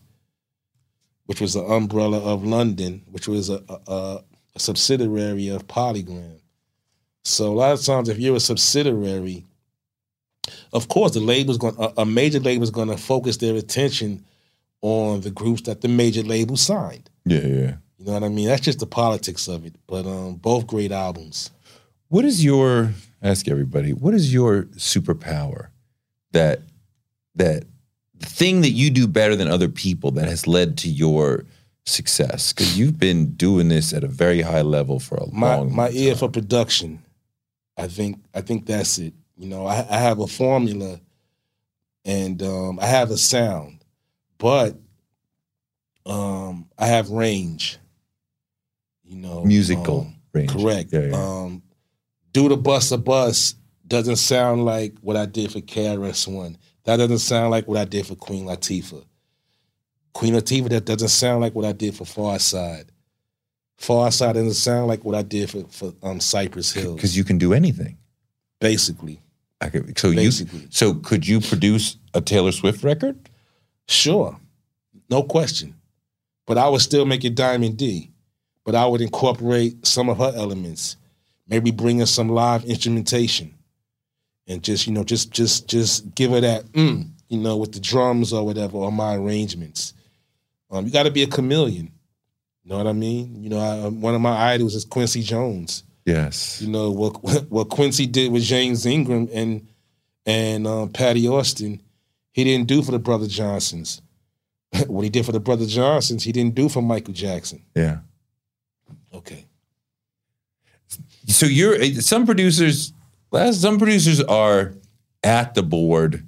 which was an umbrella of London, which was a, a- a, a subsidiary of Polygram. So a lot of times, if you're a subsidiary, of course, the label's going a, a major label's going to focus their attention on the groups that the major label signed.
yeah yeah
You know what I mean? That's just the politics of it. But um, both great albums.
What is your ask everybody? What is your superpower? That that thing that you do better than other people that has led to your success? Because you've been doing this at a very high level for a
My
long,
my
time.
ear for production. I think I think that's it. You know, I, I have a formula, and um, I have a sound, but um, I have range. You know,
musical
um,
range.
Correct.
Yeah, yeah.
Um, do the bus a bus doesn't sound like what I did for KRS One. That doesn't sound like what I did for Queen Latifah. Queen Latifah. That doesn't sound like what I did for Far Side. Far Side doesn't sound like what I did for, for um, Cypress Hill.
Because you can do anything.
Basically,
I could, so you
Basically.
so could you produce a Taylor Swift record?
sure, no question. But I would still make it Diamond D. But I would incorporate some of her elements, maybe bring in some live instrumentation. and just you know just just just give her that mm, you know with the drums or whatever or my arrangements um, you got to be a chameleon you know what i mean you know I, one of my idols is quincy jones
Yes.
You know what what Quincy did with James Ingram and and um, Patty Austin, he didn't do for the brother Johnsons. [LAUGHS] what he did for the brother Johnsons, he didn't do for Michael Jackson.
Yeah.
Okay.
So you're some producers. Some producers are at the board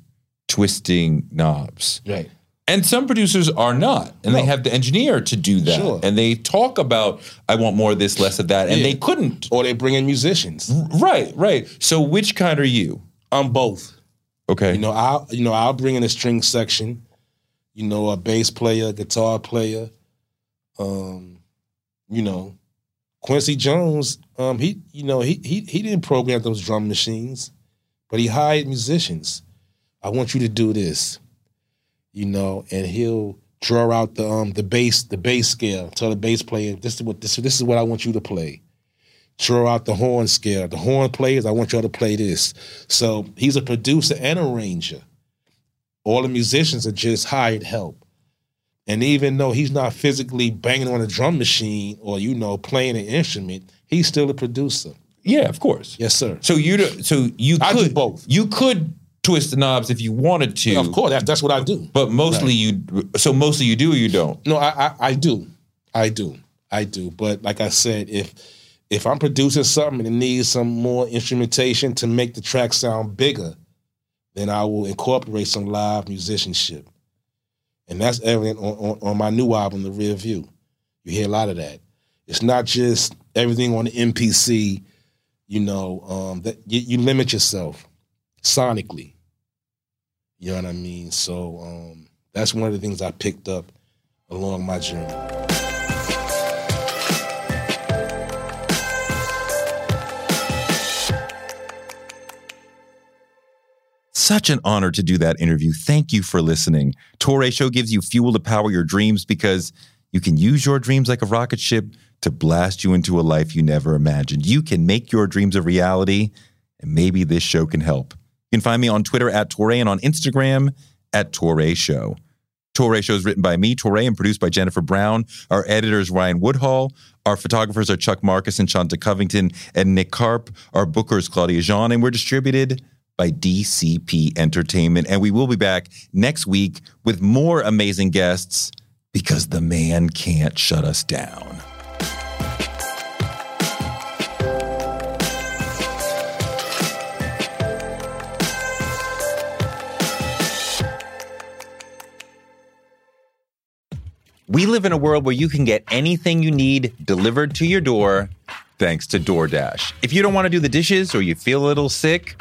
twisting knobs.
Right.
And some producers are not, and they
No.
have the engineer to do that.
Sure.
And they talk about, I want more of this, less of that, and
Yeah.
they couldn't.
Or they bring in
Mm-hmm.
musicians.
Right, right. So which kind are you?
I'm both.
Okay.
Um, You know, I'll you know, I'll bring in a string section, you know, a bass player, a guitar player. Um, you know, Quincy Jones, um, he you know, he he he didn't program those drum machines, but he hired musicians. I want you to do this. You know, and he'll draw out the um the bass, the bass scale, tell the bass player, this is what this, this is what I want you to play. Draw out the horn scale. The horn players, I want y'all to play this. So he's a producer and arranger. All the musicians are just hired help. And even though he's not physically banging on a drum machine or, you know, playing an instrument, he's still a producer.
yeah, of course.
Yes, sir.
So you do- so you
I do
could
both.
You could twist the knobs if you wanted to.
Of course, that's, that's what I do.
But mostly you so mostly you do or you don't.
No, I, I I do, I do, I do. But like I said, if if I'm producing something and it needs some more instrumentation to make the track sound bigger, then I will incorporate some live musicianship, and that's evident on on, on my new album, The Rear View. You hear a lot of that. It's not just everything on the MPC. You know um, that you, you limit yourself sonically. You know what I mean. So um, that's one of the things I picked up along my journey.
Such an honor to do that interview. Thank you for listening. Torre Show gives you fuel to power your dreams because you can use your dreams like a rocket ship to blast you into a life you never imagined. You can make your dreams a reality, and maybe this show can help. You can find me on Twitter at Torre and on Instagram at Torre Show. Torre Show is written by me, Torre, and produced by Jennifer Brown. Our editor is Ryan Woodhall. Our photographers are Chuck Marcus and Shanta Covington and Nick Carp. Our booker is Claudia Jean, and we're distributed by DCP Entertainment. And we will be back next week with more amazing guests because the man can't shut us down. We live in a world where you can get anything you need delivered to your door thanks to DoorDash. If you don't want to do the dishes or you feel a little sick,